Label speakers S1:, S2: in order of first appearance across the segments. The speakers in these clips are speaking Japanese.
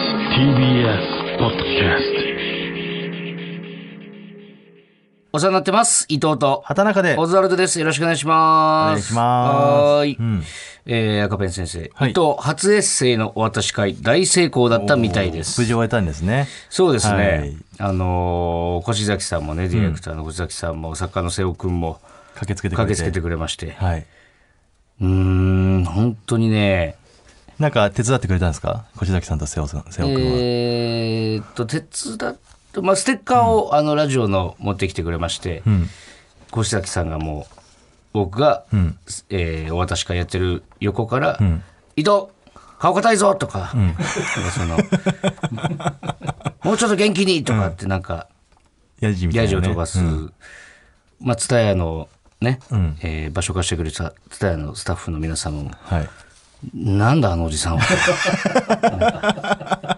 S1: TBS ポッドキャスト
S2: お世話になってます。伊藤と。
S3: 畑中で
S2: オズワルドです。よろしくお願いします。
S3: お願いします
S2: はーい。
S3: うん
S2: えー赤ペン先生。
S3: はい
S2: 伊藤、初エッセイのお渡し会、大成功だったみたいです
S3: 無。事終えたんですね。
S2: そうですね。
S3: はい
S2: あのー越崎さんもね、ディレクターの越崎さんも、作家の瀬尾くんも、
S3: 駆けつけてくれ
S2: 駆
S3: て。
S2: けつけてくれまして。
S3: はい。
S2: うーん、本当にね、
S3: なんか手伝ってくれたんですか越崎さんと瀬尾さん、瀬尾君は。
S2: えーっと、手伝って、まあ、ステッカーを、あの、ラジオの持ってきてくれまして、越崎さんがもう、僕が、えーお渡し会やってる横から、伊藤、顔硬いぞとか、なんかその、 もうちょっと元気にとかってなんか、
S3: ヤジみたい
S2: ヤ
S3: な、ね。
S2: ジを飛ばす、まあ、ツタヤのね、えー場所貸してくれたツタヤのスタッフの皆様も、
S3: はい。
S2: なんだあのおじさんは。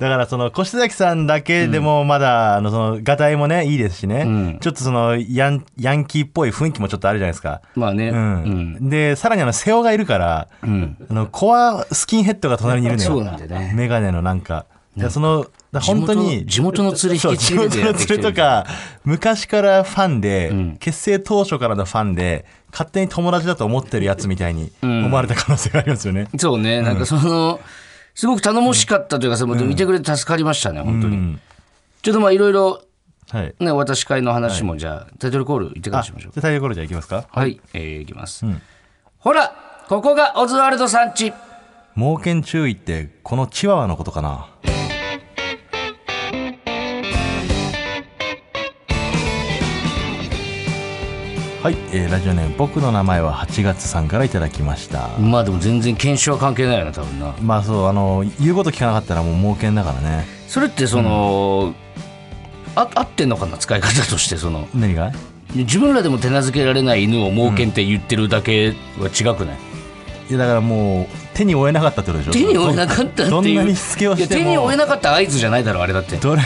S3: だからその越崎さんだけでもまだ、あのその画題もねいいですしね、ちょっとそのヤンヤンキーっぽい雰囲気もちょっとあるじゃないですか。
S2: まあね、
S3: うん
S2: うん
S3: でさらにあの瀬尾がいるから、あのコアスキンヘッドが隣にいるのよ
S2: そうなんだよね
S3: メガネのなんかだからそのだから本当に
S2: 地元の地元の連れ
S3: そう
S2: 引き
S3: 地
S2: 連れ
S3: 元
S2: てや
S3: の
S2: ってきてる
S3: 連れとか昔からファンで、結成当初からのファンで勝手に友達だと思ってるやつみたいに思われた可能性がありますよね。
S2: そうね、なんかその、すごく頼もしかったというか、その見てくれて助かりましたね、本当に。
S3: ん
S2: ちょっとまあいろいろ、
S3: はい
S2: ね、お渡し会の話も、じゃあ、タイトルコール行ってから
S3: あ
S2: に
S3: じ
S2: し
S3: ゃ
S2: ましょう。
S3: あタイトルコールじゃあいきますか。
S2: はい、えー、いきます。ほら、ここがオズワルドさんち。
S3: 猛犬注意ってこのチワワのことかなはい、えーラジオネーム「僕の名前は8月」さんからいただきました、
S2: まあでも全然検証は関係ないよな、多分な。
S3: まあそうあの言うこと聞かなかったらもう猛犬だからね
S2: それってその、あ合ってんのかな使い方としてその
S3: 何が
S2: 自分らでも手なずけられない犬を猛犬って言ってるだけは違くない、
S3: いやだからもう手に負えなかったってことでし ょ
S2: 手に負えなかったっていう
S3: どんなにしつけをしても
S2: いや手に負えなかった合図じゃないだろあれだって
S3: どれ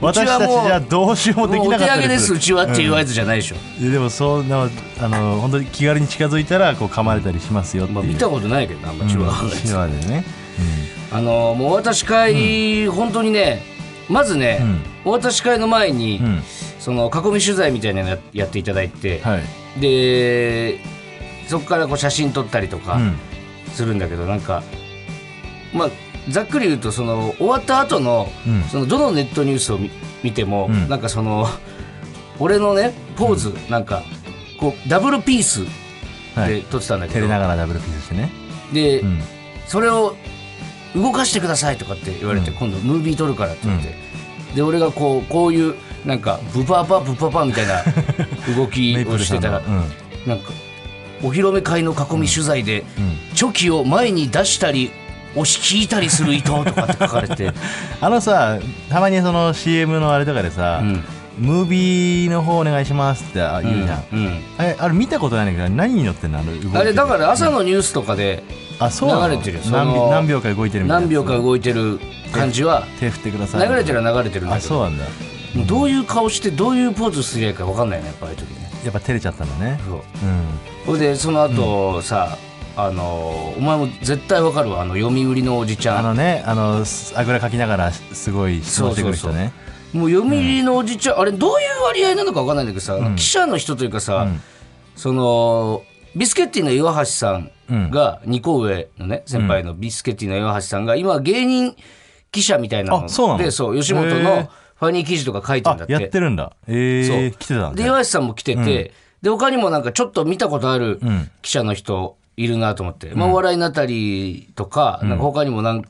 S3: 私たちじゃどうしようもで
S2: も
S3: き
S2: うお
S3: な
S2: 手
S3: かった
S2: 上げですうちはっていう合図じゃないでしょ、
S3: いやでもそうなあの本当に気軽に近づいたらこう噛まれたりしますよっていう、
S2: まあ、見たことないけどなあんまチワワは
S3: うんチワワでね、
S2: あのもうお渡し会、本当にねまずね、お渡し会の前に、
S3: ん
S2: その囲み取材みたいなのややっていただいて、
S3: はい、
S2: でそこからこう写真撮ったりとか
S3: うん
S2: するんだけど、なんかまあざっくり言うとその終わった後の、
S3: うん
S2: そのどのネットニュースを見見ても、
S3: うん
S2: なんかその俺のねポーズ、なんかこうダブルピース
S3: は
S2: で
S3: い、
S2: 撮ってたんだけ
S3: 照
S2: ど、
S3: れながらダブルピースしてね、
S2: で、
S3: うん、
S2: それを動かしてくださいとかって言われて、
S3: うん
S2: 今度ムービー撮るからって言って、で俺がこうこういうなんかブパパブパパみたいな動き
S3: メイ
S2: を
S3: プル
S2: し
S3: さ
S2: て
S3: ん
S2: たら、
S3: の、うん
S2: なんかお披露目会の囲み取材で、チョキを前に出したり押し引いたりする伊藤とかって書かれて
S3: あのさたまにその CM のあれとかでさ、
S2: うん
S3: ムービーの方お願いしますってあ言うじゃん、
S2: うんうん
S3: あれあれ見たことないんだけど何に乗ってんのあの動いてる
S2: あれだから朝のニュースとかで
S3: あそうなの
S2: 流れてるよその
S3: 何秒何秒か動いてるみたいな
S2: 何秒か動いてる感じは
S3: 手振ってください
S2: 流れてるは流れてるんだ
S3: あ
S2: け
S3: そう
S2: ど
S3: なんだ
S2: どういう顔してどういうポーズすりゃいいか分かんないねやっぱああいう時ね。
S3: やっぱ照れちゃったんだね
S2: そう
S3: うん
S2: ほいでその後、さあのお前も絶対わかるわあの読売のおじちゃ
S3: あ
S2: ん
S3: のね、あの、すあぐらかきながら、すすごい質問してくる人ね。
S2: もう読売のおじちゃん、あれどういう割合なのかわかんないんだけどさ、記者の人というかさ、そのビスケッティの岩橋さんが2個上のね先輩のビスケッティの岩橋さんが今芸人記者みたいなの
S3: あそうなの
S2: でそう吉
S3: へ
S2: 本の
S3: ー
S2: ファニー記事とか書いてんだ
S3: あ
S2: っ、て
S3: やってるんだ。ええ、
S2: そう
S3: 来てたん
S2: で
S3: だ。
S2: 岩橋さんも来てて、で他にもなんかちょっと見たことある記者の人いるなと思って、まあ、お笑いなたりとか,、なんか他にも何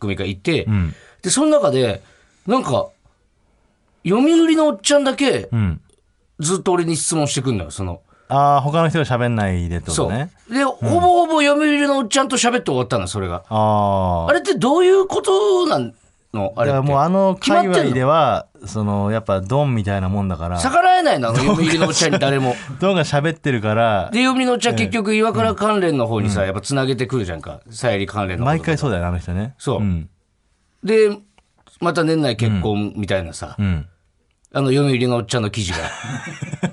S2: 組かいて、
S3: ん
S2: でその中でなんか読売のおっちゃんだけ
S3: うん。
S2: ずっと俺に質問してくんのよその
S3: ああ、他の人が喋んないでってこ
S2: そ
S3: と
S2: う、
S3: ね。
S2: でほぼほぼ読売のおっちゃんと喋って終わったのそれが、
S3: あ
S2: あ
S3: あ。
S2: れってどういうことなんのあれ
S3: だか
S2: っ
S3: ら
S2: て
S3: もうあの
S2: 決まって
S3: 界
S2: んの
S3: 隈では、その、やっぱドンみたいなもんだから、
S2: 逆らえないのあの読売のおっちゃんに誰も。
S3: ドンが喋ってるから、
S2: で読売のおっちゃん結局岩倉関連の方にさ、やっぱつなげてくるじゃんかさゆり関連のこと
S3: 毎回そうだよね、あの人ね。
S2: そう
S3: うん。
S2: でまた年内結婚みたいなさ、
S3: うん。
S2: あの読売のおっちゃんの記 事が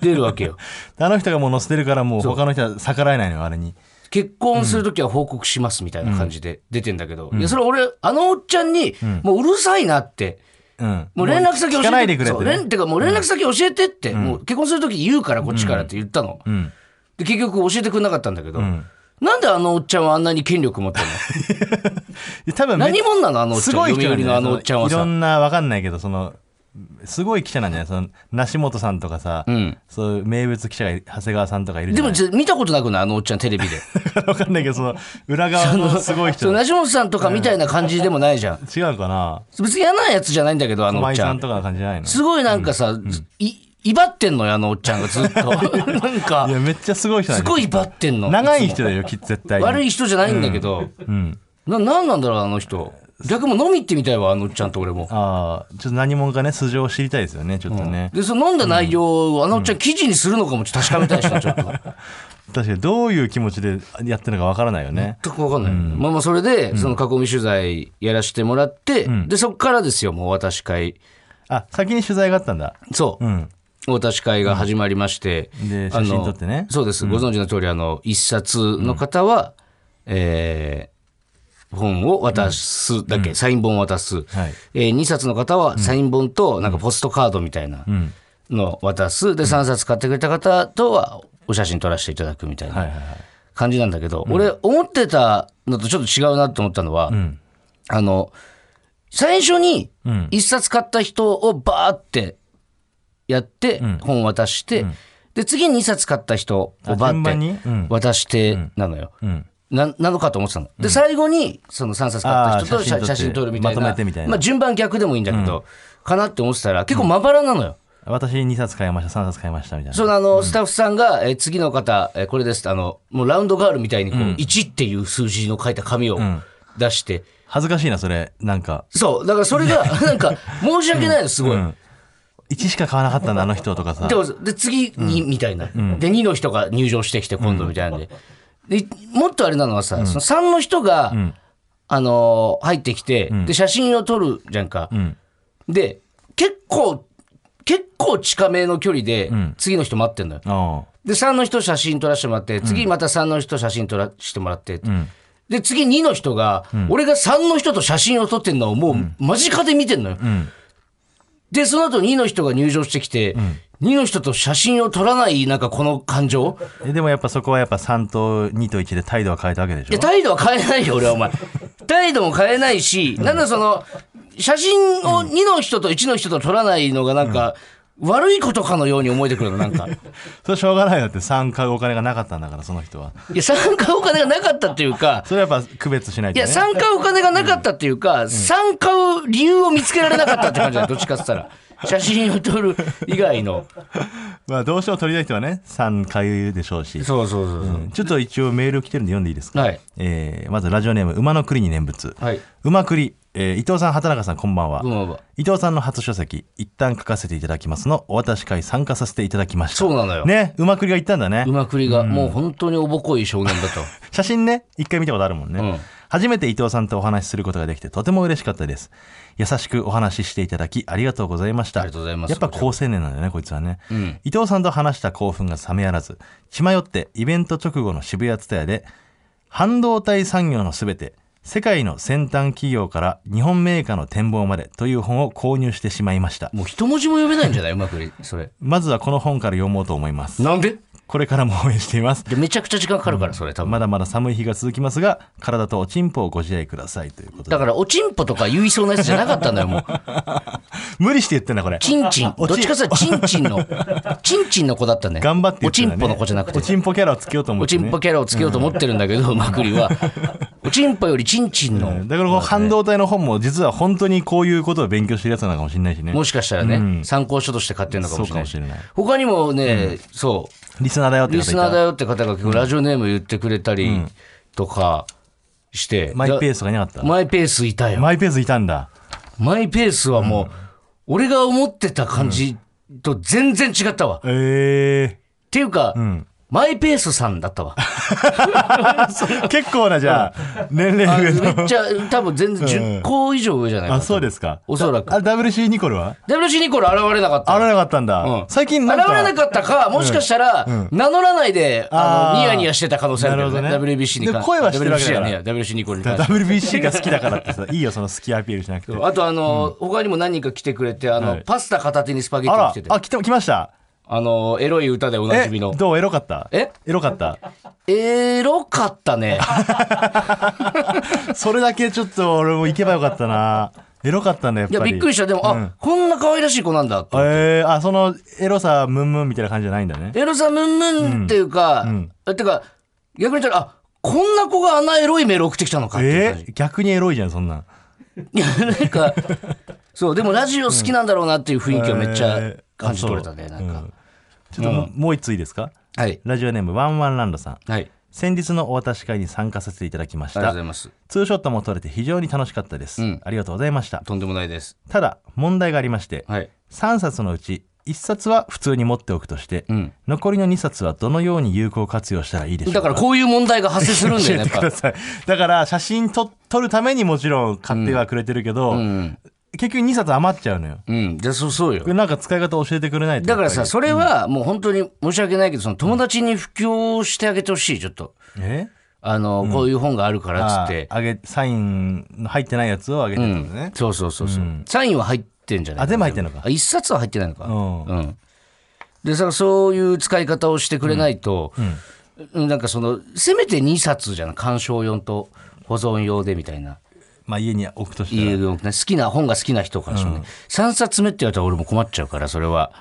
S2: 出るわけよ
S3: あの人がもう載せてるから、もう他の人は逆らえないのよ、あれに。
S2: 結婚するときは報告しますみたいな感じで出てんだけど、いや、それ俺、あのおっちゃんに、もううるさいなって、
S3: うん。
S2: もう連絡先教えて。
S3: 聞かないでくれっ
S2: そう
S3: て
S2: 連
S3: ね。
S2: てかもう連絡先教えてって、もう結婚するとき言うからこっちからって言ったの。
S3: うん。
S2: で、結局教えてくれなかったんだけど、
S3: ん
S2: なんであのおっちゃんはあんなに権力持ってんの
S3: で多分めっ
S2: 何者なのあのおっちゃ
S3: す
S2: ん。
S3: ごい人なん
S2: 読売のあの
S3: じゃない
S2: おっちゃんはい
S3: ろ
S2: さ。
S3: んなわかんないけどそのすごい記者なんじゃないその梨本さんとかさ、
S2: ん
S3: そういう名物記者がい長谷川さんとかいるじ
S2: で
S3: ゃな
S2: も
S3: い
S2: ちょ見たことなくないあのおっちゃんテレビで。
S3: でもわかんないけどその裏側のすごい
S2: そ
S3: 人
S2: う、ラジモンさんとかみたいな感じでもないじゃん。
S3: 違うかな
S2: 別に嫌なやつじゃないんだけど、あのおっ
S3: 舞
S2: ちゃ
S3: さ
S2: ん
S3: ん。とかの感じじゃないの
S2: すごいなんかさ、い、威張ってんのよ、あのおっちゃんがずっと。なんか
S3: い、やめっちゃすごい人な
S2: す
S3: んじゃな
S2: ご
S3: い
S2: い威張ってんの。
S3: 長い
S2: つ
S3: 人だよき絶対
S2: も。悪
S3: い、
S2: い人じゃないんだけど、
S3: うん、
S2: な、なんなんだろう、あの人。逆も飲み行ってみたいわ、あのおっちゃんと俺も。
S3: ああちょっと何者かね素性を知りたいですよねちょっとね、
S2: で、その飲んだ内容をあのおっちゃん記事にするのかもちょっと確かめたいしな、ちょっと。
S3: 確かにどういう気持ちでやってるのかわからないよね、
S2: 全くわかんない、まあまあそれでその囲み取材やらせてもらって、でそっからですよもうお渡し会
S3: あ先に取材があったんだ
S2: そう、
S3: うん
S2: お渡し会が始まりまして、
S3: で
S2: あの
S3: 写真撮ってね
S2: そうです、ご存知の通りあの一冊の方は、えー本を渡すだけ、サイン本を渡す、
S3: はい
S2: えー、2冊の方はサイン本となんかポストカードみたいなのを渡すで3冊買ってくれた方とはお写真撮らせていただくみたいな、
S3: はいはいはい
S2: 感じなんだけど、俺思ってたのとちょっと違うなと思ったのは、あの最初に
S3: うん
S2: 一冊買った人をバーってやって本渡して、で次に2冊買った人をバ
S3: あ順番
S2: ー
S3: に
S2: っ
S3: う
S2: て
S3: ん
S2: 渡してなのよ。
S3: ん
S2: ななのかと思ってたの。で、最後に、その3冊買った人と
S3: あー写真撮
S2: 写
S3: って
S2: 写真撮るみたいな。
S3: まとめてみたいな
S2: まあ、順番逆でもいいんだけど、かなって思ってたら、結構まばらなのよ。
S3: 私2冊買いました3冊買いましたみたいな
S2: そのあの、スタッフさんが、えー次の方、えーこれですってあの、もうラウンドガールみたいに、こう、1っていう数字の書いた紙を出して、
S3: 恥ずかしいなそれなんか
S2: そう、だからそれが、なんか、申し訳ないの、すごい。
S3: 1しか買わなかったんだあの人とかさ
S2: でもで、次に、みたいな。で、2の人が入場してきて、今度みたいなんで。で、もっとあれなのはさ、その3の人が、あのー入ってきて、で、写真を撮るじゃんか。で、結構、結構近めの距離で、次の人待ってんのよ。
S3: あ
S2: で、3の人写真撮らせてもらって、次また3の人写真撮らせてもらって、で、次2の人が、俺が3の人と写真を撮ってんのをもう間近で見てんのよ。で、その後2の人が入場してきて、2の人と写真を撮らない、なんかこの感情
S3: あえでもやっぱそこはやっぱ3と2と1で態度は変えたわけで
S2: い
S3: し
S2: や、
S3: ょ
S2: 態度は変えないよ、俺はお前。 態度も変えないし、なんだその、写真を2の人と1の人と撮らないのがなんか、悪いことかのように思えてくるの、なんか。
S3: それしょうがないよだって3買うお金がなかったんだからその人はい
S2: や、参加お金がなかったっていうか、
S3: それはやっぱ区別しない
S2: い
S3: と
S2: や、
S3: ね
S2: 参加お金がなかったっていうか、参加う理由を見つけられなかったって 感じだよ、どっちかって言ったら。写真を撮る以外の。
S3: まあどうしても取りたい人はね3買うでしょうし
S2: そうそうそうそう。
S3: ちょっと一応メール来てるんで読んでいいですか、
S2: はい
S3: えーまずラジオネーム「馬の栗に念仏」
S2: はい
S3: 馬栗、えー伊藤さん畑中さんこんばんは
S2: こんばんは
S3: 伊藤さんの初書籍「一旦書かせていただきます」のお渡し会参加させていただきました
S2: そうなのよ
S3: ね馬栗が言ったんだね
S2: 馬栗が、もう本当におぼこい少年だと。
S3: 写真ね一回見たことあるもんね、
S2: うん
S3: 初めて伊藤さんとお話しすることができてとても嬉しかったです優しくお話ししていただきありがとうございました
S2: ありがとうございます
S3: やっぱ高青年なんだよねこいつはね、伊藤さんと話した興奮が冷めやらず血迷ってイベント直後の渋谷蔦屋で半導体産業のすべて世界の先端企業から日本メーカーの展望までという本を購入してしまいました
S2: もう一文字も読めないんじゃない馬栗、それ。
S3: まずはこの本から読もうと思います
S2: なんで
S3: これからも応援しています
S2: でめちゃくちゃ時間かかるから、それ、多分。
S3: まだまだ寒い日が続きますが体とおちんぽをご自愛くださいということで
S2: だから、おちんぽとか言いそうなやつじゃなかったのよ、もう。
S3: 無理して言ってんだこれ
S2: ちんちん。どっちかさ、ちんちんの、ちんちんの子だったね。
S3: 頑張って言
S2: お
S3: って
S2: ち
S3: んだ
S2: ん
S3: ね
S2: ぽの子じゃなくて
S3: お。ちんぽキャラをつけようと思
S2: お
S3: って
S2: ち
S3: ね
S2: んぽキャラをつけようと思ってるんだけど、マクリは。おちんぽよりちんちんの。
S3: だからこの半導体の本も実は本当にこういうことを勉強してるやつなのかもしれないしね
S2: もしかしたらね、参考書として買ってるのかもしれない
S3: そうかもしれない。
S2: 他にもね、そう、
S3: リスナーだよって
S2: リ
S3: 方
S2: ス
S3: い
S2: ナーだ
S3: た
S2: よって方が結構ラジオネーム言ってくれたりとかして。
S3: マイペー
S2: ス。
S3: スとかいなかった
S2: マイペースいたよ。
S3: マイペースいたんだ
S2: マイペースはもう、俺が思ってた感じと全然違ったわ。っ
S3: ええ
S2: ていうか、マイペースさんだった わ。
S3: 結構な、じゃあ、年
S2: あ
S3: 齢
S2: め
S3: 上の
S2: っ。ちゃ、多分全然10個以上上じゃないかな。
S3: あ、そうですか。
S2: おそらく
S3: あ、WC ニコルは
S2: WC ニコル現れなかった。
S3: 現れなかったん
S2: うん
S3: だ。最近
S2: 現
S3: なん
S2: れなか
S3: か。
S2: ったか、もしかしたら、名乗らないで、あ
S3: あー
S2: の、ニヤニヤしてた可能性あるよね。
S3: なるほどね
S2: WBC に関
S3: で声はしてるわけだか
S2: WBC や
S3: ら
S2: ねえや WBC ニコルに 関して
S3: WBC が好きだから ってさ、いいよ、その好きアピールしなくて。
S2: あと、あの、他にも何人か来てくれて、あの、
S3: はい
S2: パスタ片手にスパゲッ
S3: あ
S2: ティ
S3: ら
S2: 来て、て、あ
S3: あ、来て、来ました。
S2: の、エロい歌でおな
S3: え
S2: じみの、。
S3: どうエロかった
S2: え
S3: エロかった。
S2: エロかった ね。
S3: それだけちょっと俺も行けばよかったな。エロかったね、やっ
S2: いや、
S3: ぱり。
S2: びっくりした。でも、あ、こんな可愛らしい子なんだって。
S3: えー、あ、その、エロさ、ムンムンみたいな感じじゃないんだね。
S2: エロさムンムンっていうか、てか、逆に言ったら、あ、こんな子があんなエロいメール送ってきたのかっていう感じ
S3: えー、逆にエロいじゃん、そんなん。
S2: いや、なんか、そう、でもラジオ好きなんだろうなっていう雰囲気はめっちゃ感じ取れたね、
S3: えー
S2: な
S3: あ
S2: んか。
S3: そううんちょっとも,、うもう一ついいですか
S2: はい。
S3: ラジオネームワンワンランドさん。
S2: はい。
S3: 先日のお渡し会に参加させていただきまし
S2: ありがとうござ。
S3: た
S2: います。
S3: ツーショットも撮れて非常に楽しかったです。
S2: うん
S3: ありがとうございました。
S2: とんでもないです。
S3: ただ、問題がありまして、
S2: はい。
S3: 3冊のうち1冊は普通に持っておくとして、
S2: うん。
S3: 残りの2冊はどのように有効活用したらいいでしょう
S2: だ
S3: か
S2: からこういう問題が発生するんだよね、やっ
S3: 教えてくだ
S2: ぱ。
S3: さい。だから写真と撮るためにもちろん買ってはくれてるけど、
S2: うん。
S3: 結局2冊余っちゃうのよ。
S2: うん。じゃあ、そう、そうよ
S3: これ。なんか使い方教えてくれないと
S2: だからさ、
S3: やっぱ
S2: それはもう本当に申し訳ないけど、その友達に布教してあげてほしい、ちょっと。
S3: りえ
S2: あの、こういう本があるからっつって。
S3: ああげサインの入ってないやつをあげて
S2: う
S3: たん
S2: ん
S3: だね。、
S2: そうそうそうそう、サインは入ってんじゃない
S3: あ全部入ってんのか
S2: あ一冊は入ってないのか
S3: うん
S2: うんでさそういう使い方をしてくれないと、うんなんかそのせめて2冊じゃない鑑賞用と保存用でみたいな
S3: まあ家に置くとした
S2: 家
S3: ら。
S2: 用ね好きな本が好きな人からしてもね、3冊目って言われたら俺も困っちゃうからそれは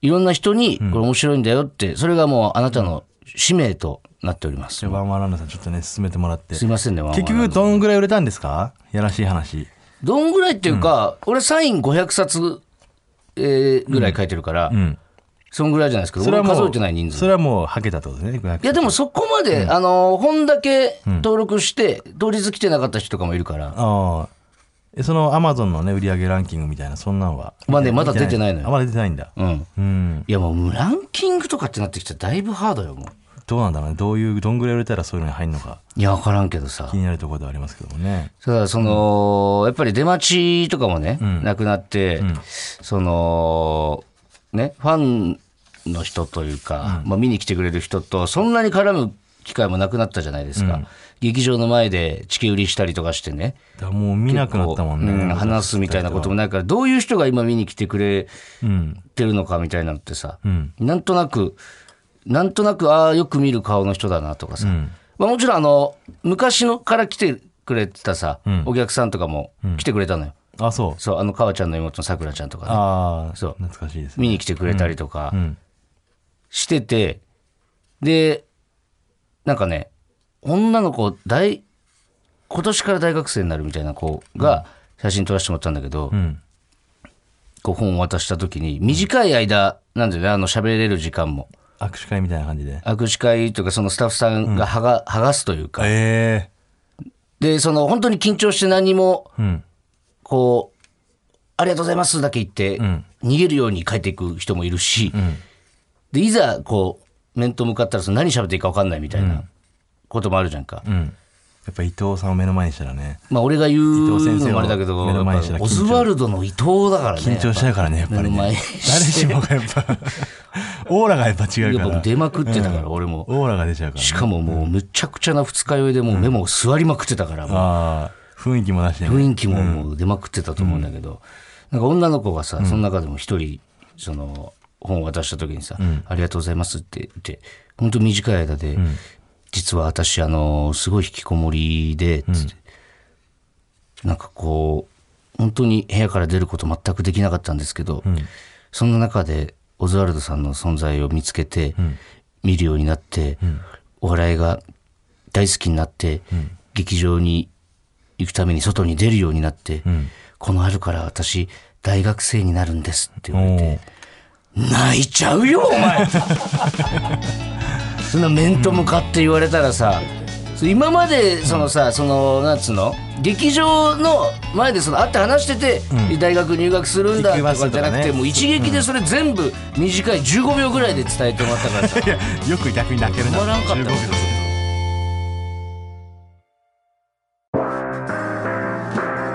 S2: いろんな人にこれ面白いんだよって、それがもうあなたの使命となっております、
S3: ワンワンランドさんちょっとね進めてもらって。
S2: すいませんねワンワン
S3: 結局どんぐらい売れたんですかやらしい話。
S2: どんぐらいっていうか、俺サイン500冊、えーぐらい書いてるから、
S3: ん
S2: そんぐらいじゃないですけど、俺数えてない人数。
S3: それはもうはけたってことですね。500
S2: いやでもそこまで、あのー本だけ登録して、当日来てなかった人とかもいるから、
S3: ああ。えそのアマゾンのね売り上げランキングみたいなそんなのは。
S2: まあねまだ出てないのよ
S3: あまだ出てないんだ。
S2: うん。
S3: うん。
S2: いやもうランキングとかってなってきたらだいぶハードよ、もう。
S3: どうなんだろうね。どういうどんぐらい売れたらそういうのに入るのか
S2: いや、わからんけどさ
S3: 気。になるところではありますけどもね。
S2: ただその、やっぱり出待ちとかもね、なくなって、その、ね、ファンの人というか、まあ、見に来てくれる人と、そんなに絡む機会もなくなったじゃないですか。劇場の前で地球売りしたりとかしてね、
S3: だからもう見なくなったもんね。
S2: うん話すみたいなこともないから、どういう人が今見に来てくれ
S3: うん。
S2: てるのかみたいなのってさ、
S3: うん。
S2: なんとなく、なんとなく、ああ、よく見る顔の人だなとかさ、まあ、もちろんあの、昔のから来てくれてたさ、お客さんとかも来てくれたのよ。
S3: あ、そう。
S2: そう、あの、かわちゃんの妹のさくらちゃんとかね、
S3: ああ、
S2: そう
S3: 懐かしいですね。
S2: 見に来てくれたりとか
S3: ん
S2: してて、で、なんかね、女の子、大、今年から大学生になるみたいな子が写真撮らせてもらったんだけど、
S3: ん
S2: こう本を渡した時に、短い間、なんだよね、あの、喋れる時間も。
S3: 握手会みたいな感じで。
S2: 握手会というか、そのスタッフさんが剥が,、剥がすというか、
S3: え
S2: で、その本当に緊張して何も、
S3: えうん。
S2: こう、ありがとうございますだけ言って、逃げるように帰っていく人もいるし、で、いざ、こう、面と向かったらその何喋っていいか分かんないみたいなこともあるじゃんか。
S3: うん。やっぱ伊藤さんを目の前にしたらね、
S2: まあ、俺が言う
S3: 伊藤先生
S2: の
S3: を
S2: もあれだけど、
S3: 目の前にし
S2: や
S3: た
S2: っ
S3: ら
S2: ぱ
S3: 緊張
S2: オズワルドの伊藤だからね。
S3: 緊張しちゃうからね、やっぱり、
S2: 目の前に
S3: ね。誰しもがやっぱ、オーラがやっぱ違う
S2: や
S3: か
S2: っぱ
S3: ら。
S2: 出まくってたから、俺も。
S3: オーラが出ちゃうから、ね。
S2: しかももう、むちゃくちゃな二日酔いでもう目も座りまくってたから、もう
S3: ああ、雰囲気も出してね。
S2: 雰囲気ももう出まくってたと思うんだけど、なんか女の子がさ、その中でも一人、その、本を渡した時にさ、ありがとうございますって言って、本当短い間で、実は私、あの、すごい引きこもりで、つって、なんかこう、本当に部屋から出ること全くできなかったんですけど、そんな中で、オズワルドさんの存在を見つけて、見るようになって、お笑いが大好きになって、劇場に行くために外に出るようになって、この春から私、大学生になるんですって言われて、泣いちゃ うよ、お前そんな面と向かって言われたらさ、そう今までそのさ、そのなんつうの劇場の前でその会って話してて、大学入学するんだとかじゃなく
S3: 行きますとか
S2: て、
S3: ね
S2: もう一撃でそれ全部短い15秒ぐらいで伝えてもらったからさ
S3: よく逆に泣けるな
S2: 止まらんかった
S3: 15秒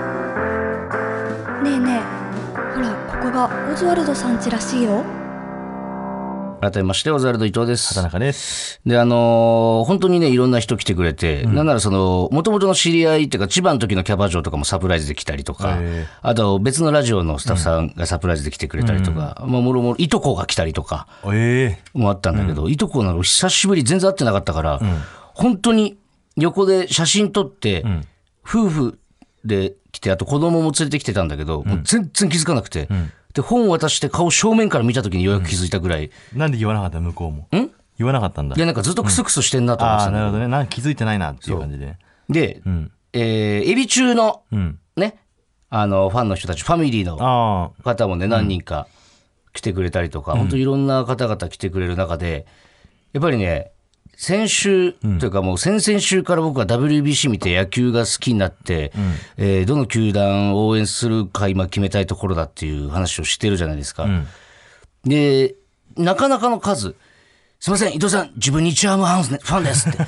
S4: ねえねえほらここがオズワルドさん家らしいよ
S2: 改めましてオズワルド伊藤です
S3: 畑中です
S2: で、あのー本当にね、いろんな人来てくれて、なんならその、もともとの知り合いっていうか、千葉の時のキャバ嬢とかもサプライズで来たりとか
S3: へえ、
S2: あと別のラジオのスタッフさんがサプライズで来てくれたりとか、まあ、もろもろ、いとこが来たりとか
S3: ええ
S2: もあったんだけど、いとこなの久しぶり全然会ってなかったから、本当に横で写真撮って、夫婦で来て、あと子供も連れてきてたんだけど、もう全然気づかなくて、で、本渡して顔正面から見た時にようやく気づいたぐらい、
S3: なんで言わなかった向こうも
S2: ん
S3: 言わなかったんだ
S2: いや、なんかずっとクスクスしてんなと思って
S3: あ
S2: た
S3: あ
S2: んだけ
S3: なる
S2: ど
S3: ほどねなんか気づいてないなっていう感じで
S2: で、
S3: ん
S2: えーエビ中の
S3: うん
S2: ね、あの、ファンの人たち、ファミリーの
S3: ああ
S2: 方もね、何人か来てくれたりとか、本当いろんな方々来てくれる中で、やっぱりね、先週、というかもう先々週から僕は WBC 見て野球が好きになって、えーどの球団を応援するか今決めたいところだっていう話をしてるじゃないですか。で、なかなかの数、すみません、伊藤さん、自分日ハムファンですねファンです って。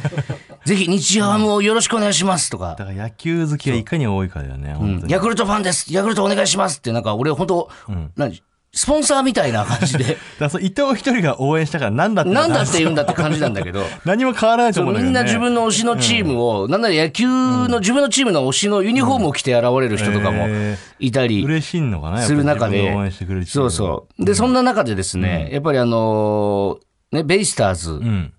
S2: ぜひ日ハムをよろしくお願いしますとか
S3: だ。から野球好きがいかに多いかだよね本当に
S2: ヤクルトファンですヤクルトお願いしますって、なんか俺本当、何スポンサーみたいな感じ で、
S3: だからその伊藤一人が応援したからなんだって
S2: なんだって言うんだって感じなんだけど、
S3: 何も変わらないと思うんだ
S2: み
S3: けど、ね、
S2: んな自分の推しのチームを、なんなら野球の自分のチームの推しのユニフォームを着て現れる人とかも
S3: え
S2: いたり、
S3: ー嬉しいのかなやっぱ
S2: す
S3: り
S2: る中
S3: 自
S2: で
S3: 分を応援してくれる、
S2: そうそう。で、そんな中でですね、やっぱりあのーね、ベイスターズ、
S3: ううん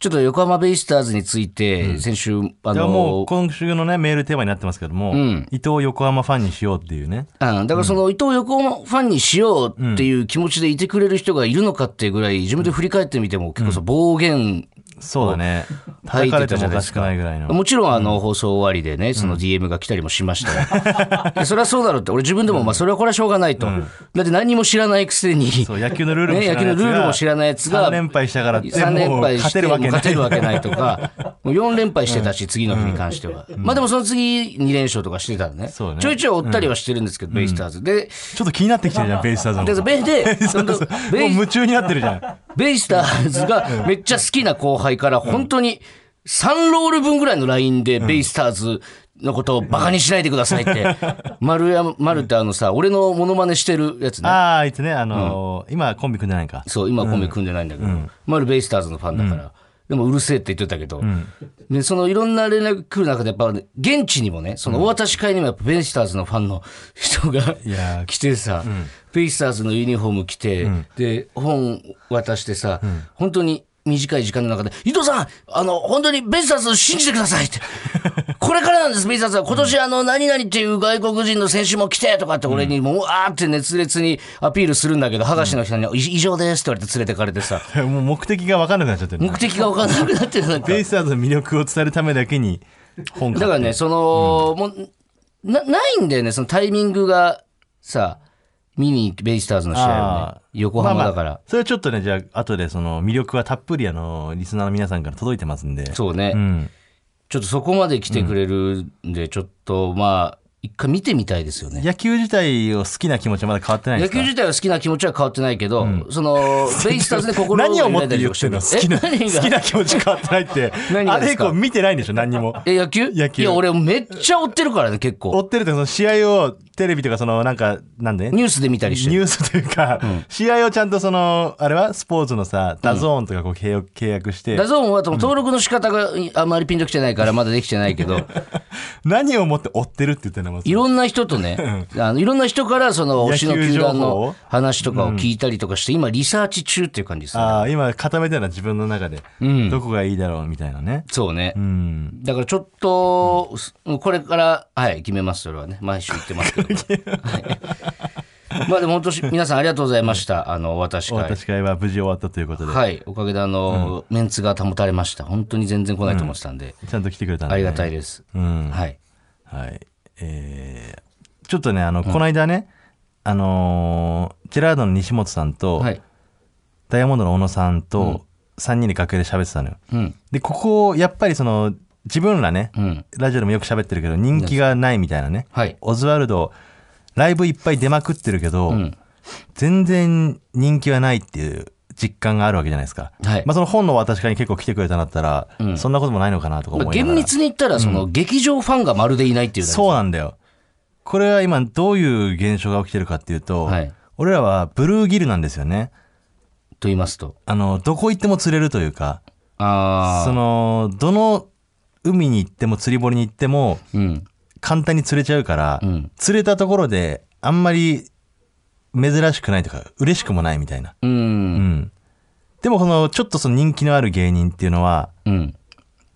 S2: ちょっと横浜ベイスターズについて、先週、あ
S3: じゃあも
S2: の
S3: う
S2: ー
S3: 今週のねメールテーマになってますけども、
S2: ん
S3: 伊藤横浜ファンにしようっていうね
S2: うんだからその伊藤横浜ファンにしようっていう気持ちでいてくれる人がいるのかっていうぐらい、自分で振り返ってみても結構その暴言
S3: そうだね
S2: 入っ
S3: 叩か
S2: て
S3: れて
S2: たじ
S3: も
S2: ゃな
S3: お
S2: い
S3: か
S2: で
S3: し
S2: す
S3: く
S2: か
S3: ないぐらいの、
S2: もちろんあの放送終わりでね、その DM が来たりもしま したよでそれはそうだろうって、俺自分でも、まあそれはこれはしょうがないと。だって何も知らないくせに、
S3: そう野球のルールも知
S2: ね
S3: らな
S2: 野
S3: い
S2: 球の
S3: やつ
S2: ル
S3: が
S2: ールも知らないやつが、
S3: 3連敗したからって
S2: 3連敗
S3: もう
S2: し
S3: 勝
S2: て
S3: て
S2: もう
S3: るわけない
S2: 勝てるわけないと か、もう4連敗してたし、次の日に関しては。まあでもその次2連勝とかしてたのね。ち
S3: そうね
S2: ょいちょい追ったりはしてるんですけど、ベイスターズ。で、
S3: ちょっと気になってきてるじゃんベイスターズの
S2: で、ベイで、 その
S3: も
S2: ベ
S3: う
S2: イ
S3: 夢中になってるじゃん
S2: ベイスターズがめっちゃ好きな後輩から本当に3ロール分ぐらいのラインでベイスターズのことをバカにしないでください って。丸山、丸ってあのさ、俺のモノマネしてるやつね。
S3: あああいつねあのー今コンビ組んでないか
S2: そう、今コンビ組んでないんだけど、丸ベイスターズのファンだから。でもうるせえって言ってたけど、でそのいろんな連絡来る中でやっぱね、現地にもねそのお渡し会にもやっぱベイスターズのファンの人が
S3: いやー
S2: 来てさ、ベイスターズのユニフォーム着て、で本渡してさ、本当に短い時間の中で「伊藤さんあの本当にベイスターズを信じてください」 って「これからなんですベイスターズは今年あの何々っていう外国人の選手も来て」とかって俺にもううわーって熱烈にアピールするんだけど剥がしの人に「い異常です」って言われて連れてかれてさ
S3: もう目的が分かんなくなっちゃってるね
S2: 目的が分からなくなってるなんか
S3: ベイスターズの魅力を伝えるためだけに本買って
S2: だからね、その、もうな、ないんだよね、そのタイミングがさ、見に行くベイスターズの試合を
S3: あ
S2: ね
S3: ー、
S2: 横浜だから。
S3: まあまあそれはちょっとねじゃあ後でその魅力はたっぷりあのリスナーの皆さんから届いてますんで
S2: そうね、
S3: ん
S2: ちょっとそこまで来てくれるんで、ちょっとまあ、一回見てみたいですよね。
S3: 野球自体を好きな気持ちはまだ変わってないで
S2: 野
S3: すか
S2: 球自体は好きな気持ちは変わってないけど、その、ベイスターズで心
S3: 何を
S2: を
S3: 持っ
S2: 入れた
S3: て
S2: り
S3: 言
S2: と
S3: っ
S2: かしてて
S3: ん
S2: る
S3: の好き
S2: え何が
S3: な好きな気持ち変わってないって
S2: 何
S3: あ
S2: がで
S3: れ以
S2: すか
S3: 降見てないんでしょ何にも
S2: え、野球
S3: 野球
S2: いや、俺めっちゃ追ってるからね、結
S3: 追
S2: 構。
S3: ってるってその試合をテレビとかそのなんかなんで
S2: ニュースで見たりして
S3: ニ
S2: る。
S3: ュースというか、試合をちゃんとそのあれはスポーツのさダゾーンとかこう契約契約して
S2: ダゾーンはでも登録の仕方があまりピンときてないからまだできてないけど、
S3: 何をもって追ってるって言ってんのまず
S2: いろんな人とね、あのいろんな人からその推しの
S3: 野球
S2: 球
S3: 情報
S2: 団の話とかを聞いたりとかして、今リサーチ中っていう感じですね。
S3: ああ今固めてるのは自分の中で、どこがいいだろうみたいなね
S2: そうね。
S3: うん
S2: だからちょっと、これから、はい、決めます、それはね。毎週言ってますけど。 はいまあでも本当し、皆さんありがとうございました。あの、お渡し
S3: お
S2: 会
S3: 渡。し会は無事終わったということで、
S2: はい、おかげであの、メンツが保たれました。本当に全然来ないと思ってたんで、
S3: ちゃんと来てくれたんで、
S2: ありがた
S3: い、
S2: いです。
S3: うん
S2: はい。
S3: はいえーちょっとねあの、この間ねあのージェラードの西本さんと、
S2: はい。
S3: ダイヤモンドの小野さんと、3人で楽屋で喋ってたのよ
S2: うん。
S3: でここやっぱりその自分らね、
S2: うん。
S3: ラジオでもよく喋ってるけど人気がないみたいなね、
S2: はい。
S3: オズワルドライブいっぱい出まくってるけど、
S2: うん。
S3: 全然人気はないっていう実感があるわけじゃないですか、
S2: はい
S3: まあ、その本のは確かに結構来てくれたんだったら、
S2: うん
S3: そんなこともないのかなとか
S2: まあ
S3: 思いながら、
S2: 厳密に言ったら、その、劇場ファンがまるでいないっていうだけ
S3: そうなんだよこれは今どういう現象が起きてるかっていうと、
S2: はい
S3: 俺らはブルーギルなんですよね
S2: と言いますと。
S3: あのどこ行っても釣れるというか
S2: あ
S3: そのどの海に行っても釣り堀に行っても
S2: あ。うん。
S3: 簡単に釣れちゃうから、
S2: うん。
S3: 釣れたところであんまり珍しくないとか嬉しくもないみたいな、
S2: う
S3: うん
S2: ん。
S3: でもこのちょっとその人気のある芸人っていうのは
S2: うん。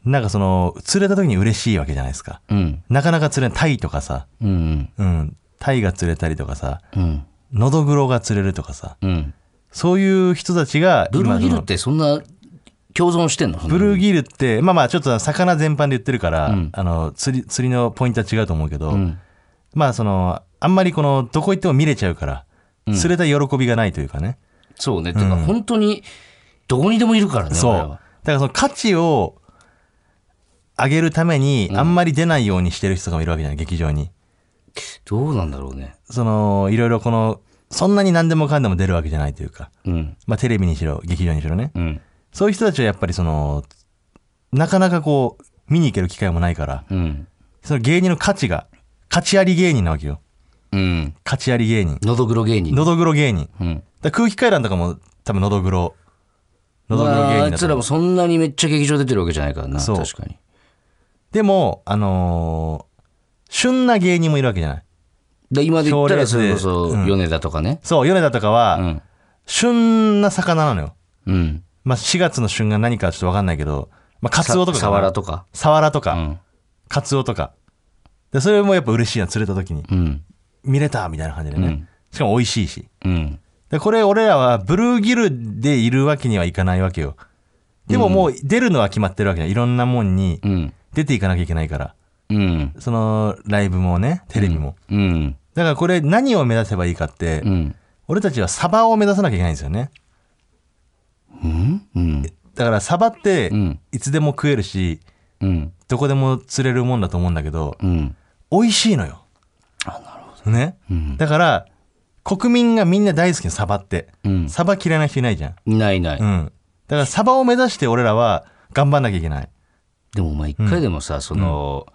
S3: なんかその釣れた時に嬉しいわけじゃないですか
S2: うん。
S3: なかなか釣れないタイとかさ、
S2: うん。
S3: うん、タイが釣れたりとかさ
S2: うん。
S3: ノドグロが釣れるとかさ
S2: うん。
S3: そういう人たちが
S2: ブルーギルっ
S3: 今
S2: てそんな共存してんの
S3: そのブルー
S2: ギ
S3: ギルってまあまあちょっと魚全般で言ってるから、
S2: うん
S3: あの釣り釣りのポイントは違うと思うけど、
S2: うん。
S3: まあそのあんまりこのどこ行っても見れちゃうから
S2: うん
S3: 釣れた喜びがないというかね、
S2: そうね。てか本当にどこにでもいるからね。
S3: そう
S2: 俺ら
S3: だ
S2: は
S3: からその価値を上げるためにあんまり出ないようにしてる人がいるわけじゃない、劇場に
S2: どうなんだろうね。
S3: そのいろいろこのそんなに何でもかんでも出るわけじゃないというか、
S2: うん。
S3: まあ、テレビにしろ劇場にしろね
S2: うん。
S3: そういう人たちはやっぱりそのなかなかこう見に行ける機会もないから
S2: うん。
S3: その芸人の価値が価値あり芸人なわけよ
S2: うん。
S3: 価値あり芸人
S2: のどぐろ芸人。
S3: のどぐろ芸人だ
S2: う
S3: か
S2: ん。
S3: ら空気階段とかも多分のどぐろのどぐろ芸
S2: まああ
S3: 人
S2: い
S3: だ
S2: つ
S3: と
S2: ら
S3: 思
S2: も
S3: う
S2: そんなにめっちゃ劇場出てるわけじゃないからな。
S3: そう
S2: 確かに。
S3: でもあのー旬な芸人もいるわけじゃない
S2: で今で言ったら
S3: 賞
S2: そ
S3: レ
S2: れ
S3: ー
S2: こ
S3: スで
S2: そ
S3: うん
S2: 米田とかね。
S3: そう、米田とか
S2: う
S3: は、
S2: ん。
S3: 旬な魚なのよ。
S2: うん。
S3: まあ、4月の旬が何かはちょっとわかんないけど、まあ、カツオとか
S2: さサワラ
S3: とか。
S2: とか。
S3: サワラと
S2: う
S3: か、
S2: ん。
S3: カツオとか。で、それもやっぱ嬉しいな、釣れた時に。
S2: うん。
S3: 見れたみたいな感じでね。
S2: うん
S3: しかも美味しいし。
S2: うん。
S3: で、これ俺らはブルーギルでいるわけにはいかないわけよ。でももう出るのは決まってるわけじゃん。いろんなもんに
S2: うん。
S3: 出ていかなきゃいけないから。
S2: うん。
S3: そのライブもね、テレビも。
S2: うん。
S3: だからこれ何を目指せばいいかって、
S2: うん。
S3: 俺たちはサバを目指さなきゃいけないんですよね。
S2: うん。うん。
S3: だからサバって
S2: うん
S3: いつでも食えるし、
S2: うん。
S3: どこでも釣れるもんだと思うんだけど
S2: うん。
S3: 美味しいのよね、だから国民がみんな大好きなサバって、
S2: うん
S3: サバ嫌いな人いないじゃん、
S2: ないない。
S3: うん、だからサバを目指して俺らは頑張んなきゃいけない
S2: でもまあ一回でもさ、その、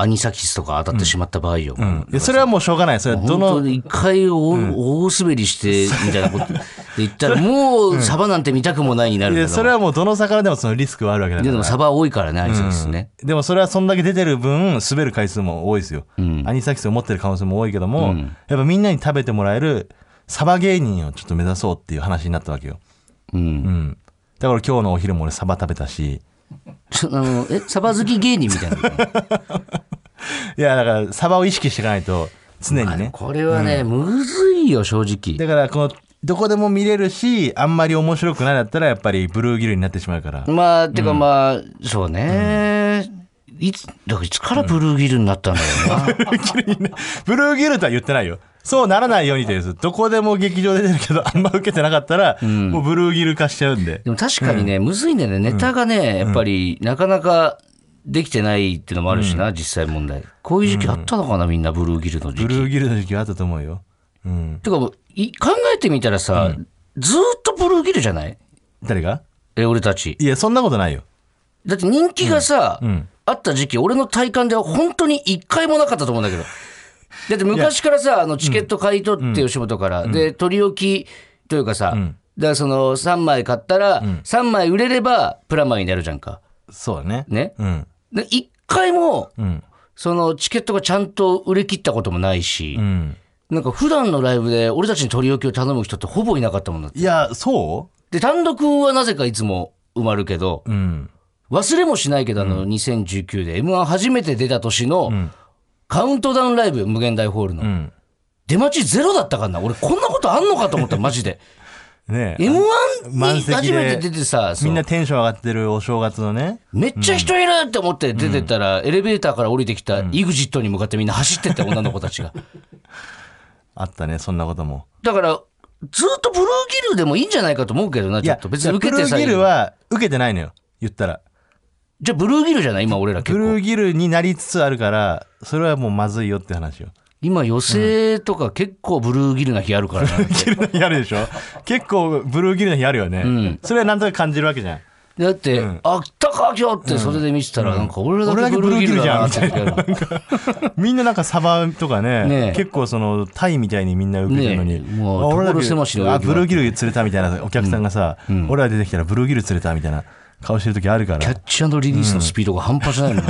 S2: アニサキスとか当たってしまった場合よ。
S3: うん、でそれはもうしょうがないそれはど
S2: 本当
S3: の
S2: に一回大,、大滑りしてみたいなことで言ったらもうサバなんて見たくもないになるけ
S3: で
S2: ど
S3: それはもうどの魚でもそのリスクはあるわけだか
S2: で
S3: ら
S2: もサバ多いからねアニサキスね、
S3: でもそれはそんだけ出てる分滑る回数も多いですよ、アニサキスを持ってる可能性も多いけども、
S2: うん
S3: やっぱみんなに食べてもらえるサバ芸人をちょっと目指そうっていう話になったわけよ、
S2: うん
S3: うん、だから今日のお昼も俺サバ食べたし
S2: ちょあのえサバ好き芸人みたいな、
S3: いやだからサバを意識していかないと常にね
S2: これはね、むずいよ正直
S3: だからこのどこでも見れるしあんまり面白くないだったらやっぱりブルーギルになってしまうから
S2: まあてかまあ、そうね、いつだからいつからブルーギルになったんだろうな、
S3: ブルーギルとは言ってないよそうならないようにというですどこでも劇場で出てるけどあんま受けてなかったら、もうブルーギル化しちゃうんで
S2: でも確かにね、むずいんだよねネタがねやっぱりなかなかできてないっていうのもあるしな、実際問題こういう時期あったのかな、みんなブルーギルの時期
S3: ブルーギルの時期はあったと思うようん
S2: てかもうい考えてみたらさ、ずーっとブルーギルじゃない
S3: 誰が
S2: え俺たち
S3: いやそんなことないよ
S2: だって人気がさ、
S3: ん
S2: あった時期俺の体感では本当に一回もなかったと思うん だけどだって昔からさあのチケット買い取って吉本から、で取り置きというかさ、だからその3枚買ったら3枚売れればプラマイになるじゃんか
S3: そうだね
S2: ね
S3: うん
S2: で一回も
S3: うん
S2: そのチケットがちゃんと売れ切ったこともないし、
S3: うん
S2: なんか普段のライブで俺たちに取り置きを頼む人ってほぼいなかったもんだって
S3: いやそ
S2: で単独はなぜかいつも埋まるけど
S3: ううん
S2: 忘れもしないけどあの2019で m 1初めて出た年のカウントダウンライブ無限大ホールの、
S3: うん
S2: 出待ちゼロだったからな俺こんなことあんのかと思ったマジ で
S3: ねえ
S2: m 1
S3: 満
S2: に
S3: 席
S2: 初
S3: で
S2: めて出てさそう
S3: みんなテンション上がってるお正月のね
S2: めっちゃ人いるって思って出てったら、エレベーターから降りてきた EXIT に向かってみんな走ってった女の子たちが
S3: あったねそんなことも
S2: だからずっとブルーギルでもいいんじゃないかと思うけどないちょ
S3: や
S2: っと別に受け
S3: ブ
S2: て
S3: ル
S2: さ
S3: ーギルは受けてないのよ言ったら
S2: じゃあブルーギルじゃない今俺ら結
S3: ブルー
S2: 構
S3: ギルになりつつあるからそれはもうまずいよって話よ
S2: 今寄席とか結構ブルーギルな日あるから な
S3: ギルの日あるでしょ結構ブルーギルの日あるよね、
S2: ん
S3: それはなんとなく感じるわけじゃん
S2: だって、あったか今日って袖で見てたら、なんか俺らだけブルーギルだなって時ある
S3: みんななんかサバとかね
S2: ねえ
S3: 結構そのタイみたいにみんな受けてるのに、
S2: ねえもう所狭しの動
S3: あ
S2: きも
S3: ブルーギル釣れたみたいなお客さんがさ、俺ら出てきたらブルーギル釣れたみたいな顔してる時あるから
S2: キャッチリリースのスピードが半端じゃないの、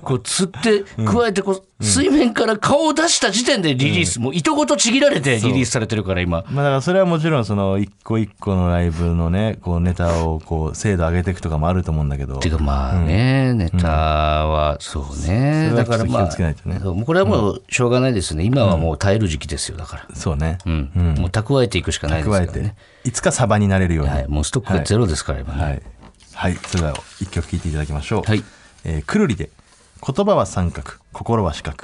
S2: こう釣って加えてこう水面から顔を出した時点でリリース、もう糸ごとちぎられてリリースされてるから今
S3: まあだからそれはもちろんその一個一個のライブのねこうネタをこう精度上げていくとかもあると思うんだけど
S2: ていうかまあね、ネタはそうね、
S3: それ
S2: だ
S3: は
S2: からま
S3: ちょっと気をつけないとね
S2: あそうもうこれはもうしょうがないですね今はもう耐える時期ですよだから、
S3: そうね、
S2: うんもう蓄えていくしかないですか
S3: 加え
S2: ら
S3: て、
S2: ね、
S3: いつかサバになれるように
S2: はい、もうストックがゼロですから今ね、
S3: はい、はい、それでは一曲聴いていただきましょう。
S2: はい
S3: えーくるりで、言葉は三角、心は四角。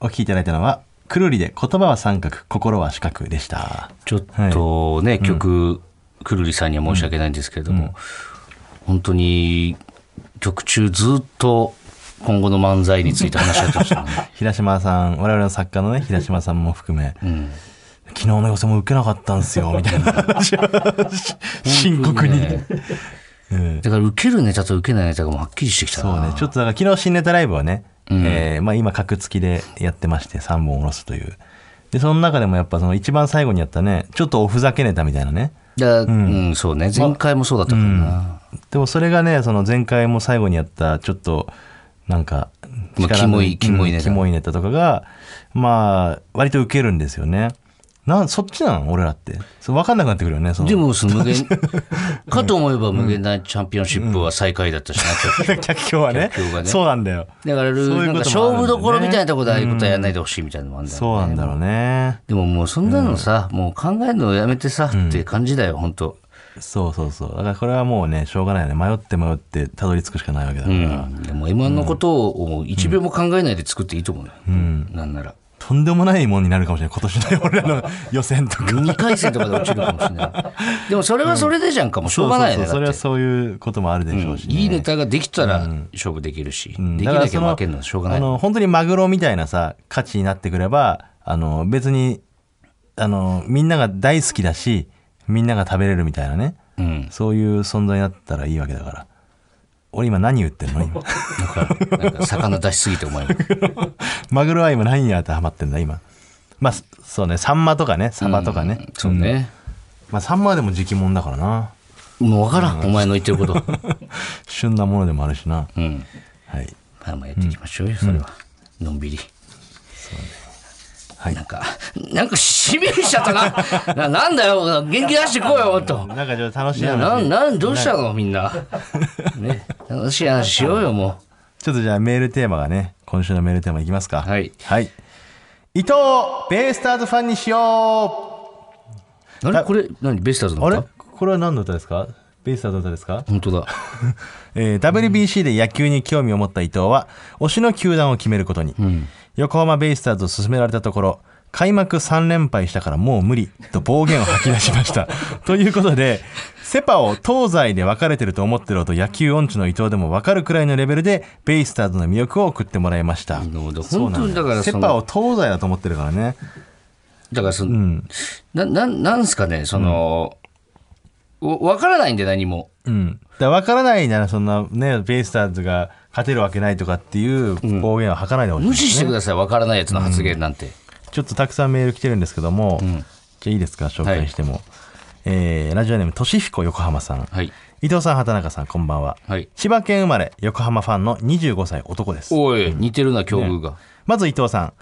S3: お聴きいただいたのは、くるりで、言葉は三角、心は四角でした。
S2: ちょっとね、曲、くるりさんには申し訳ないんですけれども、本当に曲中ずっと今後の漫才について話し合ってました ね。
S3: 平島さん、我々の作家のね、平島さんも含め、
S2: うん
S3: 昨日の予想も受けなかったんですよ、みたいな話を深刻に。
S2: ね
S3: うん
S2: だから受けるネタと受けないネタがもうはっきりしてきた
S3: そう
S2: な。
S3: ね、ちょっとだから昨日新ネタライブはね、えーまあ、今格付きでやってまして3本下ろすというでその中でもやっぱその一番最後にやったねちょっとおふざけネタみたいなね
S2: だうん、そうね。前回もそうだったからな。
S3: でもそれがねその前回も最後にやったちょっとなんか
S2: まあ
S3: 力の
S2: キモいキモいネタ
S3: キモいネタとかがまあ割とウケるんですよねなんそっちなの俺らってそう分かんなくなってくるよねその
S2: でも、その無 限、かと思えば無限大チャンピオンシップは最下位だったしな。
S3: 客票はね
S2: 客票がね
S3: そうなんだよ
S2: だから、
S3: そういうこともあ
S2: なんか
S3: るんだよね
S2: 勝負どころみたいなところでああいうことはやらないでほしいみたいなのもあるんだよね
S3: そうなんだろうね
S2: でももうそんなのさ、もう考えるのやめてさって感じだよ、本当
S3: そうそうそうだからこれはもうねしょうがないよね迷って迷ってたどり着くしかないわけだ
S2: う
S3: から、
S2: ん。でも M1 のことをもう一秒も考えないで作っていいと思うよ。なんなら。
S3: とんでもないもんになるかもしれない今年の俺らの予選と か
S2: 2回戦とかで落ちるかもしれ ない。でもそれはそれでじゃんか、もうしょうがないよ
S3: そう
S2: ね。
S3: そうそ
S2: だ
S3: れは
S2: って
S3: そういうこともあるでしょうし、ね
S2: いいネタができたら勝負できるし、
S3: うん
S2: でき
S3: だから
S2: なき
S3: そ
S2: ゃ
S3: の
S2: 負けるのはしょうがない
S3: あ。の本当にマグロみたいなさ価値になってくればあの別にあのみんなが大好きだしみんなが食べれるみたいなね
S2: うん。
S3: そういう存在になったらいいわけだから俺今何言ってんの 今
S2: だから、なんか魚出しすぎてお前も。
S3: マグロは今何に当てはまってんだ今まあそうねサンマとかねサバとかね、
S2: そうね。
S3: まあ、サンマはでも時期もんだからな。
S2: もうわからん、お前の言ってること。
S3: 旬なものでもあるしな。
S2: うん。
S3: はい。
S2: まあまあやっていきましょうよ、それは。のんびり。
S3: はい
S2: なんか、なんかしびれしちゃったな。ななんだよ、元気出してこいよ、もっと。
S3: なんかちょっと楽しい
S2: な、
S3: 話
S2: なん、なん、どうしたの、みんな。ね、楽しい話しようよ、も
S3: ちょっとじゃあメールテーマがね、今週のメールテーマいきますか。
S2: はい
S3: はい。伊藤、ベイスターズファンにしよ
S2: う。あれ、これ、何、ベイスターズ
S3: う
S2: の
S3: あ
S2: 歌
S3: れこれは何の歌ですかベイスターズの歌ですか、
S2: 本当だ。
S3: えー ?WBC で野球に興味を持った伊藤は、推しの球団を決めることに。横浜ベイスターズを勧められたところ、開幕3連敗したからもう無理と暴言を吐き出しました。ということで、セパを東西で分かれてると思ってると野球音痴の伊藤でも分かるくらいのレベルで、ベイスターズの魅力を送ってもらいました。
S2: なるほど
S3: そうなん
S2: 本当にだから
S3: セ
S2: その
S3: パを東西だと思ってるからね。
S2: だから、その、な、なん、なんすかね、その。おわからないんで、何も。
S3: うん。だから分からないならそんなね、ベイスターズが勝てるわけないとかっていう暴言は吐かないでほしい、
S2: 無視してください、わからないやつの発言なんて。
S3: ちょっとたくさんメール来てるんですけども、じゃあいいですか紹介しても、えーラジオネームとしひこ横浜さん、
S2: はい。
S3: 伊藤さん畑中さんこんばんは、
S2: はい
S3: 千葉県生まれ横浜ファンの25歳男です
S2: おい、似てるな、境遇が。
S3: まず伊藤さん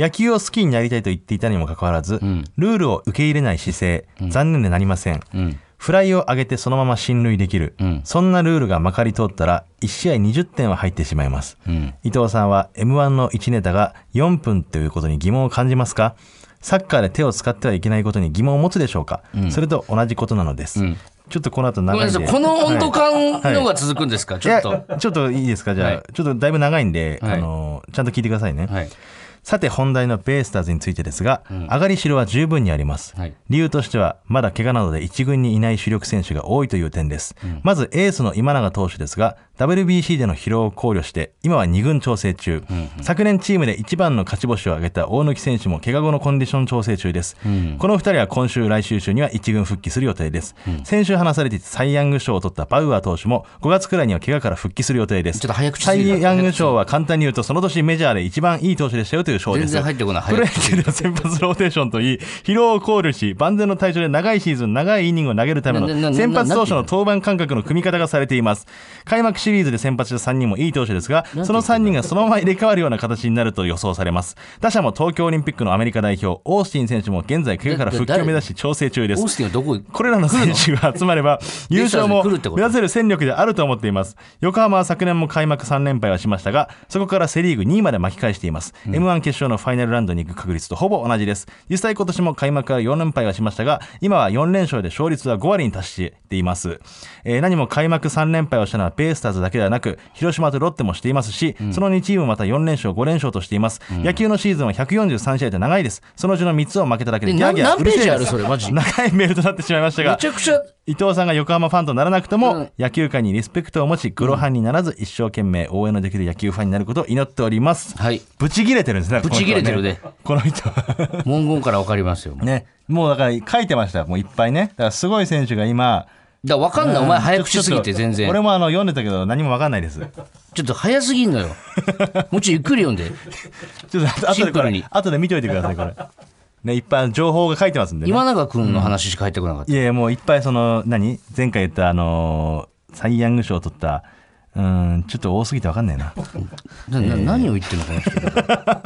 S3: 野球を好きになりたいと言っていたにもかかわらず、ルールを受け入れない姿勢、残念でなりません、
S2: ん
S3: フライを上げてそのまま進塁できる、
S2: ん
S3: そんなルールがまかり通ったら1試合20点は入ってしまいます、
S2: うん。
S3: 伊藤さんは M1 の1ネタが4分ということに疑問を感じますかサッカーで手を使ってはいけないことに疑問を持つでしょうか、それと同じことなのです、
S2: ん
S3: ちょっとこの後
S2: ごめん
S3: 長い
S2: なんさい、
S3: で
S2: この温度感
S3: はい
S2: のが続くんですか、ちょっ
S3: い
S2: と。
S3: やちょっといいですかじゃあ、
S2: はい
S3: ちょっとだいぶ長いんで、
S2: はい
S3: あのちゃんと聞いてくださいね、
S2: はい。
S3: さて本題のベイスターズについてですが、上がりしろは十分にあります、
S2: はい
S3: 理由としてはまだ怪我などで一軍にいない主力選手が多いという点です、まずエースの今永投手ですが WBC での疲労を考慮して今は二軍調整中、昨年チームで一番の勝ち星を挙げた大貫選手も怪我後のコンディション調整中です、この2人は今週来週週には一軍復帰する予定です、先週話されていたサイ・ヤング賞を取ったバウアー投手も5月くらいには怪我から復帰する予定です
S2: ちょっと早口す
S3: サ
S2: ぎる
S3: イ・ヤング賞は簡単に言うとその年メジャーで一番いい投手でしたよという賞です
S2: 全然入ってこない
S3: プロ野球では先発ローテーションといい疲労を考慮し万全の対処で長いシーズン長いイニングを投げるため
S2: ななな
S3: の
S2: な
S3: 先発投手の登板間隔の組み方がされています開幕シリーズで先発した3人もいい投手ですがその3人がそのまま入れ替わるような形になると予想されます打者も東京オリンピックのアメリカ代表オースティン選手も現在怪我から復帰を目指し調整中です
S2: オースティンはどこ行く
S3: これらの選手が集ま れば優勝
S2: ベイス
S3: も
S2: ターズに来るってこと
S3: 目指せる戦力であると思っています横浜は昨年も開幕3連敗はしましたがそこからセ・リーグ2位まで巻き返しています、m 1決勝のファイナルラウンドに行く確率とほぼ同じです実際今年も開幕から4連敗はしましたが今は4連勝で勝率は5割に達しています、えー何も開幕3連敗をしたのはベイスターズだけではなく広島とロッテもしていますし、その2チームまた4連勝5連勝としています、野球のシーズンは143試合で長いですそのうちの3つを負けただけで
S2: え
S3: ギャーギャ
S2: な
S3: ー
S2: 何
S3: うるせえ
S2: ページ
S3: で
S2: あ
S3: す
S2: るそれマジ
S3: 長いメールとなってしまいました
S2: め
S3: が
S2: ちゃくちゃ
S3: 伊藤さんが横浜ファンとならなくとも、
S2: うん
S3: 野球界にリスペクトを持ちグロファンにならず一生懸命応援のできる野球ファンになることを祈っております
S2: はい
S3: ブチ切れてるんですね
S2: ブチ切れてるね
S3: この人 はねこの人は
S2: 文言からわかりますよもう
S3: ねもうだから書いてましたもういっぱいねだからすごい選手が今
S2: だから分かんないお前早口すぎ
S3: ちょ
S2: て
S3: っと
S2: 全然
S3: 俺もあの読んでたけど何も分かんないです
S2: ちょっと早すぎんの よもうちょいゆっくり読んで
S3: ちょっと後
S2: シ
S3: で
S2: ンプ
S3: こ
S2: ルに
S3: れ後で見といてくださいこれねいっぱい情報が書いてますんでね
S2: 今永君の話しか入ってこなかった
S3: いやいやもういっぱいその何前回言ったあのーサイ・ヤング賞を取ったうーんちょっと多すぎて分かんないな
S2: なな何を言ってるのこの人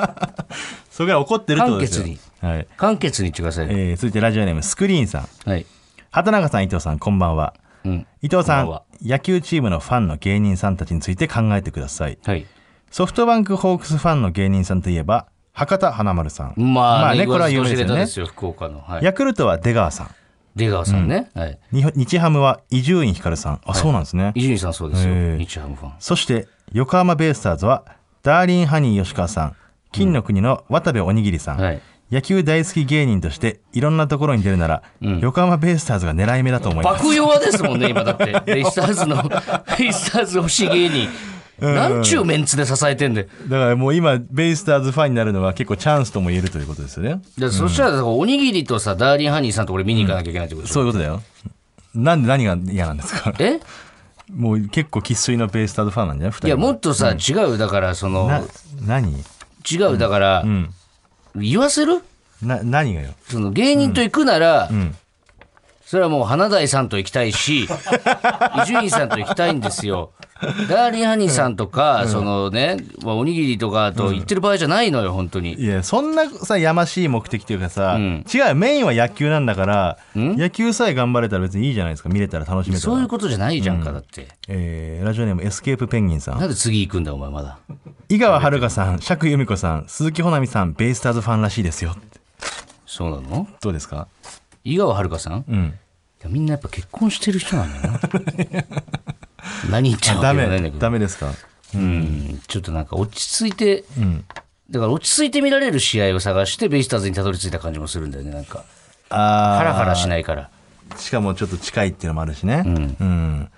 S3: それぐらい怒ってるってことですよ
S2: 簡潔
S3: はい
S2: 簡潔に言ってください、
S3: えー続いてラジオネームスクリーンさん
S2: はい、
S3: 畑中さん伊藤さんこんばんは
S2: うん、
S3: 伊藤さん
S2: こんばんは
S3: 野球チームのファンの芸人さんたちについて考えてください
S2: はい
S3: ソフトバンクホークスファンの芸人さんといえば博多華丸さん
S2: まあ、ね
S3: これは有名ですよね
S2: ですよ福岡の、はい、
S3: ヤクルトは出川さん
S2: 出川さんね、はい
S3: 日本日ハムは伊集院光さんあそうなんですね
S2: 伊集院さんそうですよ、
S3: へー
S2: 日ハムファン
S3: そして横浜ベイスターズはダーリンハニー吉川さん金の国の渡部おにぎりさん、
S2: はい
S3: 野球大好き芸人としていろんなところに出るなら、横浜ベイスターズが狙い目だと思います
S2: 爆弱ですもんね今だって ベイスターズのベイスターズ欲しい芸人なんちゅうメンツで支えてんで、
S3: だからもう今ベイスターズファンになるのは結構チャンスとも言えるということですよね
S2: でそしたらだからおにぎりとさダーリンハニーさんとこれ見に行かなきゃいけないってことでしょ、
S3: そういうことだよなんで何が嫌なんですか
S2: え
S3: もう結構生粋のベイスターズファンなんじゃない2人
S2: いやもっとさ、違うだからそ
S3: な
S2: の
S3: 何
S2: 違うだから、言わせる
S3: な何がよ
S2: その芸人と行くなら、それはもう花大さんと行きたい し伊集院さんと行きたいんですよ。ダーリンハニーさんとか、そのね、まあ、おにぎりとかと言ってる場合じゃないのよ本当に。
S3: いやそんなさやましい目的というかさ、違うよメインは野球なんだから、野球さえ頑張れたら別にいいじゃないですか見れたら楽しめたら
S2: そういうことじゃないじゃんか、だって。
S3: えーラジオネームエスケープペンギンさん
S2: なんで次行くんだお前まだ。
S3: 井川遥さん釈由美子さん鈴木保奈美さんベイスターズファンらしいですよ
S2: そうなの
S3: どうですか
S2: 井川遥さん、い
S3: うん
S2: やみんなやっぱ結婚してる人なんだよ な。何言っちゃうわ
S3: ダ
S2: けじゃないん
S3: メ
S2: だけど。
S3: ダメですか
S2: うんちょっとなんか落ち着いて、だから落ち着いて見られる試合を探してベイスターズにたどり着いた感じもするんだよねなんか
S3: あー
S2: ハラハラしないから
S3: しかもちょっと近いっていうのもあるしねうん、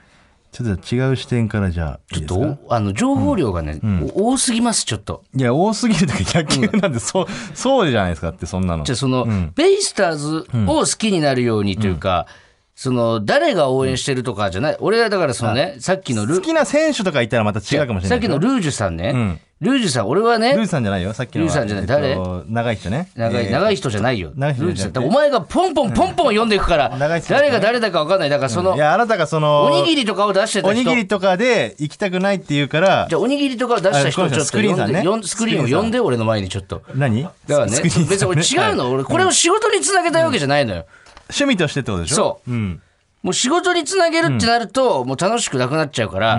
S3: ちょっと違う視点からじゃあいいです
S2: ど
S3: か
S2: うあの情報量がね、お多すぎますちょっと
S3: いや多すぎるとか野球なんてそう、そうじゃないですかってそんなの
S2: じゃあその、ベイスターズを好きになるようにというか、その誰が応援してるとかじゃない、俺はだからそのねさっきのル
S3: 好きな選手とかいたらまた違うかもしれない
S2: さっき
S3: け
S2: の
S3: ど
S2: ルージュさんね、
S3: ん
S2: ルージュさん俺は
S3: ルー
S2: ね
S3: ジさんじゃないよさっきのは
S2: ルージさんじゃない誰
S3: えっと長い人ね
S2: 長い,、
S3: えー
S2: 長い人じゃないよ。ル
S3: 長い人
S2: ージュ
S3: じ
S2: さ
S3: ゃ
S2: ん。
S3: なくて
S2: だからお前がポンポンポンポン読んでいくから、
S3: 長い人じゃない
S2: 誰が誰だか分かんない。だからその、
S3: いやあなたがその
S2: おにぎりとかを出してた
S3: おに
S2: 人。
S3: ぎりとかで行きたくないって言うから
S2: じゃあおにぎりとかを出した人
S3: あ
S2: を
S3: ごめん
S2: ちょ
S3: な
S2: っ
S3: さ
S2: と
S3: いスクリーンさん
S2: 呼
S3: ね
S2: んで呼んスクリーンを呼んで俺の前にちょっと。
S3: 何だか
S2: だからね、別に俺違うの。俺これを仕事につなげたいわけじゃないのよ。
S3: 趣味としてってことでしょ、
S2: そう
S3: ん、
S2: もう仕事につなげるってなると、もう楽しくなくなっちゃうから、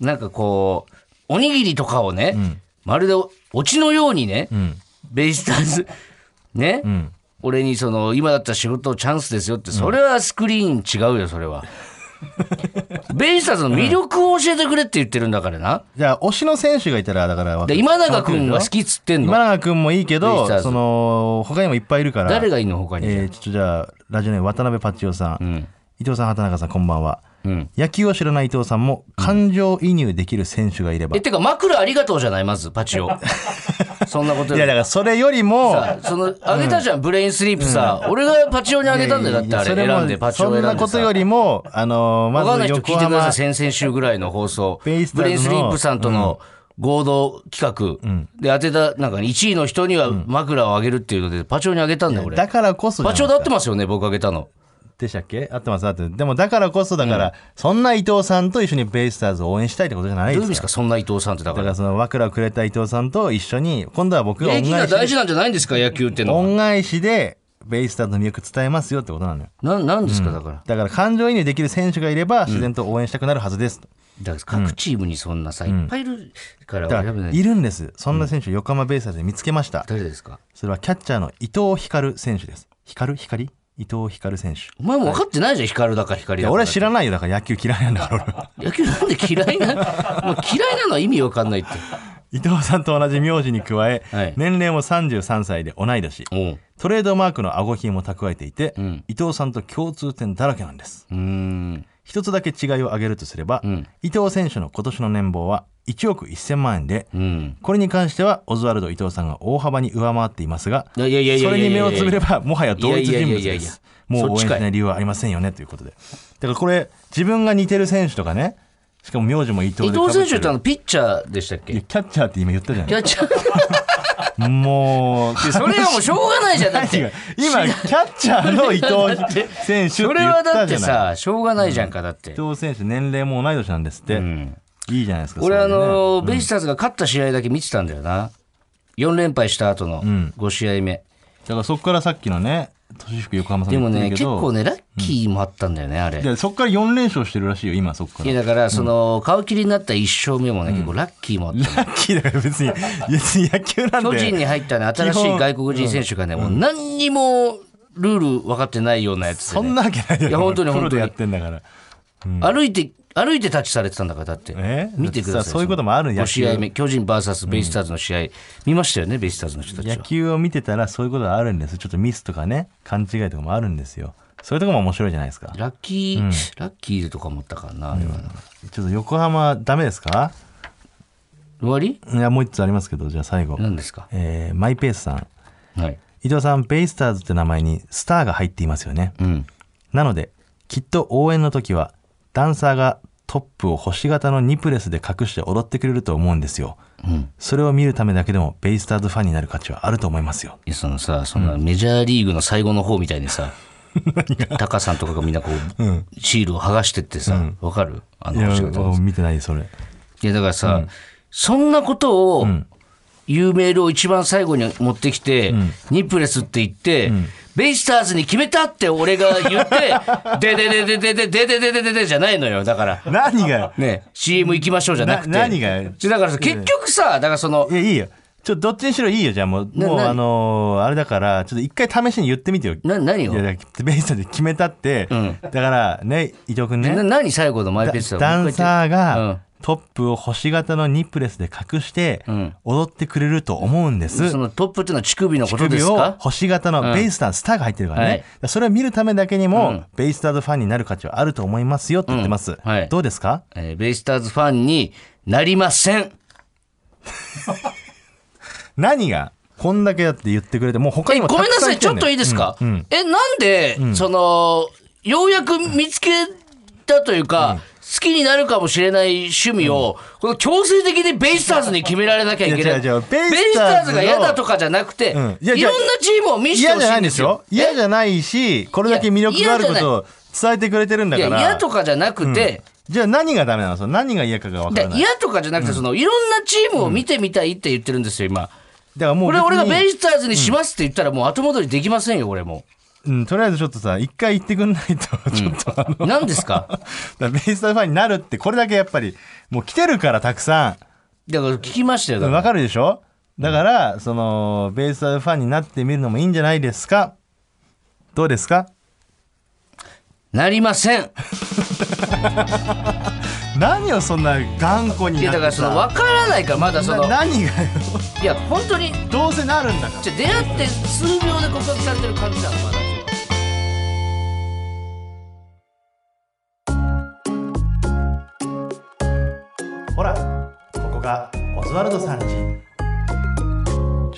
S2: なんかこう、おにぎりとかをね、まるでオチのようにね、ベイスターズ、 ね、 俺にその、今だったら仕事チャンスですよって、それはスクリーン違うよ、それは。ベイスターズの魅力を教えてくれって言ってるんだからな。
S3: じゃあ推しの選手がいたらだから
S2: で今永君が好きっつってん
S3: 今
S2: の。
S3: 永君もいいけ
S2: ベイスター
S3: ど
S2: ズ
S3: その他にもいっぱいいるから
S2: 誰がいいの他に。
S3: えーちょっとじゃあラジオネーム渡辺パチオさん、伊藤さん畑中さんこんばんは、
S2: ん
S3: 野球を知らない伊藤さんも感情移入できる選手がいれば、
S2: え、てか枕ありがとうじゃないまず、パチ オ。そんなこと
S3: い
S2: よ
S3: や
S2: り
S3: だからそれよりも
S2: さその、あげたじゃん、ブレインスリープさ。俺がパチオにあげたんだよ。だってあれ
S3: いやいや
S2: 選んで、パチオ選んで
S3: そん
S2: さ。
S3: なことよりもあのー
S2: わかん
S3: ま
S2: ない
S3: ず
S2: 人聞
S3: 横
S2: いてくだ
S3: 浜
S2: さい。先々週ぐらいの放送。ブレ
S3: ベ
S2: イ
S3: イ
S2: ン
S3: スターズの
S2: スリープさんとの合同企画で当てた、なんか1位の人には枕をあげるっていうので、パチオにあげたんだよ、俺。
S3: だからこそじゃ
S2: パ
S3: ない
S2: チオで合ってますよね、僕あげたの。
S3: でしたっけ合ってます合ってますでもだからこそだから、そんな伊藤さんと一緒にベイスターズを応援したいってことじゃない
S2: どういう
S3: で
S2: 意味
S3: す
S2: で
S3: か
S2: すか、そんな伊藤さんってだか。
S3: だかららその枕をくれた伊藤さんと一緒に今度は僕が
S2: 礼儀
S3: 恩
S2: が
S3: 返し
S2: 大事なんじゃないんですか、野球ってのは。
S3: 恩返しでベイスターズの魅力伝えますよってことなのよ
S2: な、なんですか、だから。
S3: だから感情移入できる選手がいれば自然と応援したくなるはずです、
S2: だから各チームにそんなさ、いっぱいいるから、
S3: だか
S2: 選べな
S3: ら
S2: い
S3: いるんですそんな選手を横浜ベイスターズで見つけました、
S2: 誰ですか
S3: それはキャッチャーの伊藤光選手です光光伊藤光選手
S2: お前も分かってないじゃん、光だか光
S3: い
S2: だ
S3: や
S2: か。
S3: 俺は知らないよだから野球嫌いなんだから 俺
S2: 野
S3: は
S2: 球なんで嫌い な、もう嫌いなのは意味わかんないって。
S3: 伊藤さんと同じ名字に加え、
S2: はい
S3: 年齢も33歳で同い年
S2: おう
S3: トレードマークの顎ひげも蓄えていて、
S2: ん
S3: 伊藤さんと共通点だらけなんです
S2: うーん。
S3: 一つだけ違いを挙げるとすれば、
S2: ん
S3: 伊藤選手の今年の年俸は1億1000万円で、
S2: うん。
S3: これに関してはオズワルド伊藤さんが大幅に上回っていますが
S2: いやいやいやいや
S3: それに目をつぶればもはや同一
S2: い
S3: 人物
S2: やいやいや
S3: で
S2: いや
S3: すも
S2: そ
S3: う応
S2: っ
S3: 援
S2: ち
S3: し
S2: かい
S3: ない理由はありませんよねということでだからこれ自分が似てる選手とかねしかも名字も伊藤
S2: 伊
S3: で被ってる
S2: 藤選手ってあの、ピッチャーでしたっ
S3: い
S2: け
S3: やキャッチャーって今言ったじゃ
S2: キャッチャー。
S3: んもう
S2: それはもうしょうがないじゃん、だっ
S3: 違う
S2: て。
S3: 今キャッチャーの伊藤選手
S2: そ
S3: って
S2: れ
S3: 言
S2: は
S3: っ
S2: だ
S3: た
S2: っ
S3: じ
S2: て
S3: ゃな
S2: さ、
S3: い
S2: しょうがないじゃんか、だって
S3: 伊。藤選手年齢も同い年なんですって、
S2: うん。
S3: いいじゃないですか
S2: 俺あ
S3: それね
S2: の、ベイスターズが勝った試合だけ見てたんだよな。4連敗した後の
S3: ん
S2: 5試合目。
S3: だからそこからさっきのね俊彦横浜さん
S2: でも
S3: も言
S2: ね、
S3: ってる
S2: 結
S3: けど
S2: 構ね、ラッキーもあったんだよね、あれ。
S3: でそこから4連勝してるらしいよ今そこ
S2: い
S3: か
S2: や
S3: ら
S2: だから、その、顔切りになった1勝目もね、結構ラッキーもあった。
S3: ラッキーだから 別に別に野球なんで
S2: 巨人に入ったね、新しい外国人選手がね、もう何にもルール分かってないようなやつでね
S3: そんなわけないよ
S2: いや本当に
S3: プロ
S2: 本
S3: で
S2: 当に
S3: やってんだから
S2: 歩いて、歩いてタッチされてたんだから、だって
S3: え。
S2: 見てくだ
S3: だって
S2: さ
S3: さ
S2: い。
S3: そういうこともあるん
S2: 5
S3: 野球
S2: 試合目、巨人 VS ベイスターズの試合、見ましたよね、ベイスターズの人たち
S3: 野
S2: は。
S3: 球を見てたらそういうことがあるんですちょっとミスとかね勘違いとかもあるんですよそういうとこも面白いじゃないですか
S2: ラッキー、ラッキーとか思ったからな、あれはな。
S3: ちょっと横浜ダメですか
S2: 終わり
S3: いやもう一つありますけどじゃあ最後、
S2: 何ですか
S3: えーマイペースさん
S2: はい。
S3: 伊藤さんベイスターズって名前にスターが入っていますよね
S2: うん。
S3: なのできっと応援の時はダンサーがトップを星型のニプレスで隠して踊ってくれると思うんですよ、それを見るためだけでもベイスターズファンになる価値はあると思いますよ
S2: いやそのさ、そんなメジャーリーグの最後の方みたいに さ、タカさんとかがみんなこう、シールを剥がしてってさ、わ、かるあ
S3: い
S2: の
S3: や
S2: 星形の
S3: 見てな いそれ
S2: いや、だからさ、そんなことを、言うメールを一番最後に持ってきて、ニプレスって言って、ベイスターズに決めたって俺が言って、ででででででででででででじゃないのよ。だから。
S3: 何がよ
S2: ね、CM 行きましょうじゃなくて。
S3: な何がよ
S2: じゃだからさ、結局さ、だからその
S3: い、やいいよちょっとどっちにしろいいよじゃあもう
S2: な
S3: もう
S2: 何
S3: あのーあれだからちょっと一回試しに言ってみてよ
S2: な、何を
S3: いやだからベイスターズ決めたって、だからね伊藤君ね
S2: な何最後のマイペース
S3: ダ
S2: だ
S3: ダンサー
S2: うん
S3: がトップを星型のニップレスで隠して
S2: ん
S3: 踊ってくれると思うんです。
S2: そのトップっていうのは乳首のことで
S3: 乳首
S2: す
S3: を
S2: か
S3: 星型のベイスターズ、スターが入ってるからね、
S2: はい
S3: だからそれを見るためだけにも、
S2: うん
S3: ベイスターズファンになる価値はあると思いますよって言ってます、
S2: うんはい
S3: どうですか
S2: えーベイスターズファンになりません。
S3: 何がこんだけだって言ってくれてもう他
S2: え
S3: にも
S2: ごめんなさい、
S3: たく
S2: ち
S3: 来て
S2: ょっ
S3: ね
S2: といいですか、
S3: うんうん
S2: え、なんで、その、ようやく見つけたというか、好きになるかもしれない趣味を、この強制的にベイスターズに決められなきゃいけない。
S3: いや違う違う
S2: ベ
S3: ベ
S2: イ
S3: イ
S2: ス
S3: ス
S2: タ
S3: タ
S2: ー
S3: ーズの
S2: ズが嫌だとかじゃなくて、
S3: うん
S2: い
S3: いや
S2: ろん
S3: じ
S2: な
S3: ゃあ
S2: チームを見せて
S3: 嫌
S2: ほ
S3: じ
S2: し
S3: ゃない
S2: ん
S3: いん
S2: で
S3: ですす
S2: よ
S3: よ。嫌じゃないしこれだけ魅力があるこ
S2: いや
S3: とを伝えてくれてるんだ
S2: い
S3: か
S2: や、
S3: ら
S2: 嫌とかじゃなくて、
S3: じゃあ何がダメなのその何が嫌かが分から
S2: で
S3: ない
S2: 嫌とかじゃなくて、その、いろんなチームを見てみたいって言ってるんですよ、今。
S3: だからも
S2: こ
S3: う
S2: れ
S3: 別に
S2: 俺がベイスターズにしますって言ったらもう後戻りできませんよ、俺も。
S3: うん、とりあえずちょっとさ、一回言ってくんないと、ちょっとあの、
S2: 何ですか
S3: だからベイスターズファンになるって、これだけやっぱり、もう来てるから、たくさ
S2: だから聞きましたよ、
S3: ん。
S2: だ
S3: わ
S2: か
S3: かるでしょだから、その、ベイスターズファンになってみるのもいいんじゃないですかどうですから
S2: なりません
S3: 何をそんな頑固に
S2: いや
S3: な
S2: だから
S3: って
S2: その
S3: さ
S2: 分からないからまだその
S3: な何がよ
S2: いや本当に
S3: どうせなるんだから
S2: じゃ出会って数秒で告白されてる感じだまだ
S3: ほらここがオズワルドさんち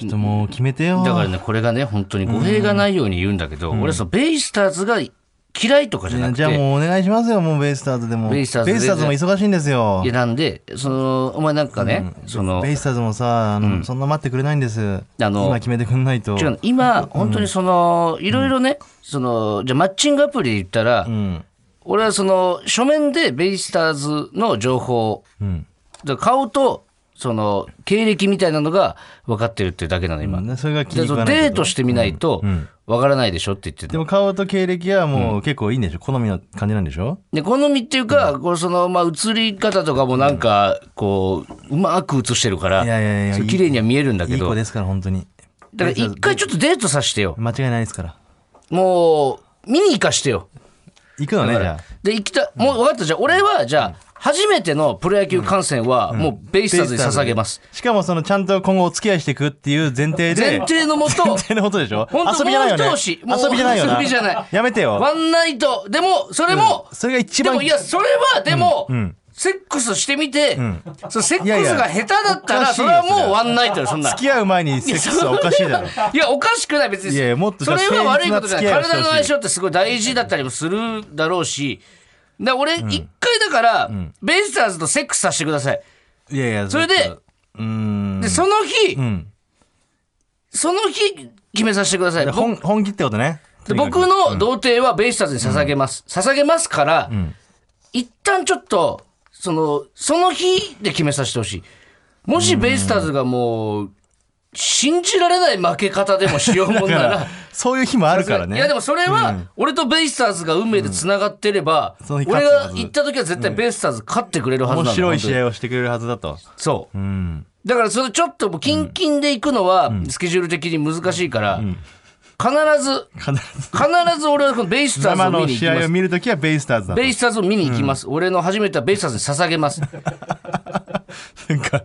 S3: ちょっともう決めてよ
S2: だからねこれがね本当に語弊がないように言うんだけど、俺はそのベイスターズが嫌いとかじゃなくて
S3: じゃあもうお願いしますよもうベイスターズでも
S2: ベイスターズで
S3: も忙しいんですよ
S2: いやなんでそのお前なんかね、その
S3: ベイスターズもさあの、そんな待ってくれないんです
S2: あの
S3: 今決めてくんないと
S2: 違うの今本当にそのいろいろね、そのじゃあマッチングアプリで言ったら、
S3: うん
S2: 俺はその書面でベイスターズの情報
S3: うん
S2: だから顔とその経歴みたいなのが分かってるってだけなの今、
S3: ねそれが気に
S2: で
S3: 食
S2: その
S3: わないけど
S2: デートしてみないと分からないでしょって言って
S3: で
S2: て
S3: も顔と経歴はもう結構いいんでしょ好みの感じなんでしょ
S2: で好みっていうか、こうそのまあ映り方とかもなんかこううまく映してるから
S3: いやいやいや
S2: そう綺麗には見えるんだ
S3: い
S2: け
S3: い
S2: ど
S3: 子ですから本当に
S2: だから一回ちょっとデートさせてよ
S3: 間違いないですから
S2: もう見に行かしてよ
S3: 行くの
S2: だ
S3: ね
S2: か
S3: じ
S2: ら
S3: ゃあ
S2: で行きたもう分かったじゃあ俺はじゃあ初めてのプロ野球観戦はもうベイスターズに捧げます、
S3: しかもそのちゃんと今後お付き合いしていくっていう前提で
S2: 前提のも と
S3: 前提のことでしょ
S2: 本当
S3: 遊びじゃないよ
S2: も
S3: ね
S2: う一押しもう
S3: 遊びじゃないよな
S2: 遊びじゃない
S3: やめてよ
S2: ワンナイトでもそれも、
S3: それが一番
S2: でもいやそれはでも、
S3: ん
S2: セックスしてみて、そのセックス
S3: いやいや
S2: が下手だったら
S3: おかしい
S2: そ
S3: よ
S2: れは
S3: それ
S2: もうワンナイトよそんな
S3: 付き合う前にセックスはおかしいだろ
S2: いやおかしくない別に
S3: いやいやもっと
S2: それ
S3: じゃあ
S2: は悪いことじゃない
S3: 誠実な付き合いをして
S2: 体
S3: ほしい
S2: の相性ってすごい大事だったりもするだろうしだ俺一回だから、ベイスターズとセックスさせてください
S3: いやいや
S2: それで
S3: うーん
S2: でその日、
S3: ん
S2: その日決めさせてください
S3: で
S2: 僕
S3: 本本気ってことね
S2: で僕の童貞はベイスターズに捧げます、捧げますから、一旦ちょっとそのその日で決めさせてほしいもしベイスターズがもう信じられない負け方でもしようもん
S3: だ
S2: な
S3: かららそういう日 もあるからね
S2: いやでもそれは俺とベイスターズが運命でつながってれば、
S3: その日
S2: 俺
S3: 勝つは
S2: が
S3: ず
S2: 行った時は絶対ベイスターズ勝ってくれるはずなの
S3: 面白い
S2: 本当に
S3: 試合をしてくれるはずだと
S2: そう、だからそれちょっともうキンキンで行くのはスケジュール的に難しいから、必ず
S3: 必ず
S2: 必ず俺はこのベイスターズ
S3: 生
S2: を見
S3: の
S2: に行き
S3: 試合
S2: ま
S3: を
S2: す
S3: 見るときはベイスターズだと
S2: ベイスターズを見に行きます、俺の初めてはベイスターズに捧げます
S3: なんか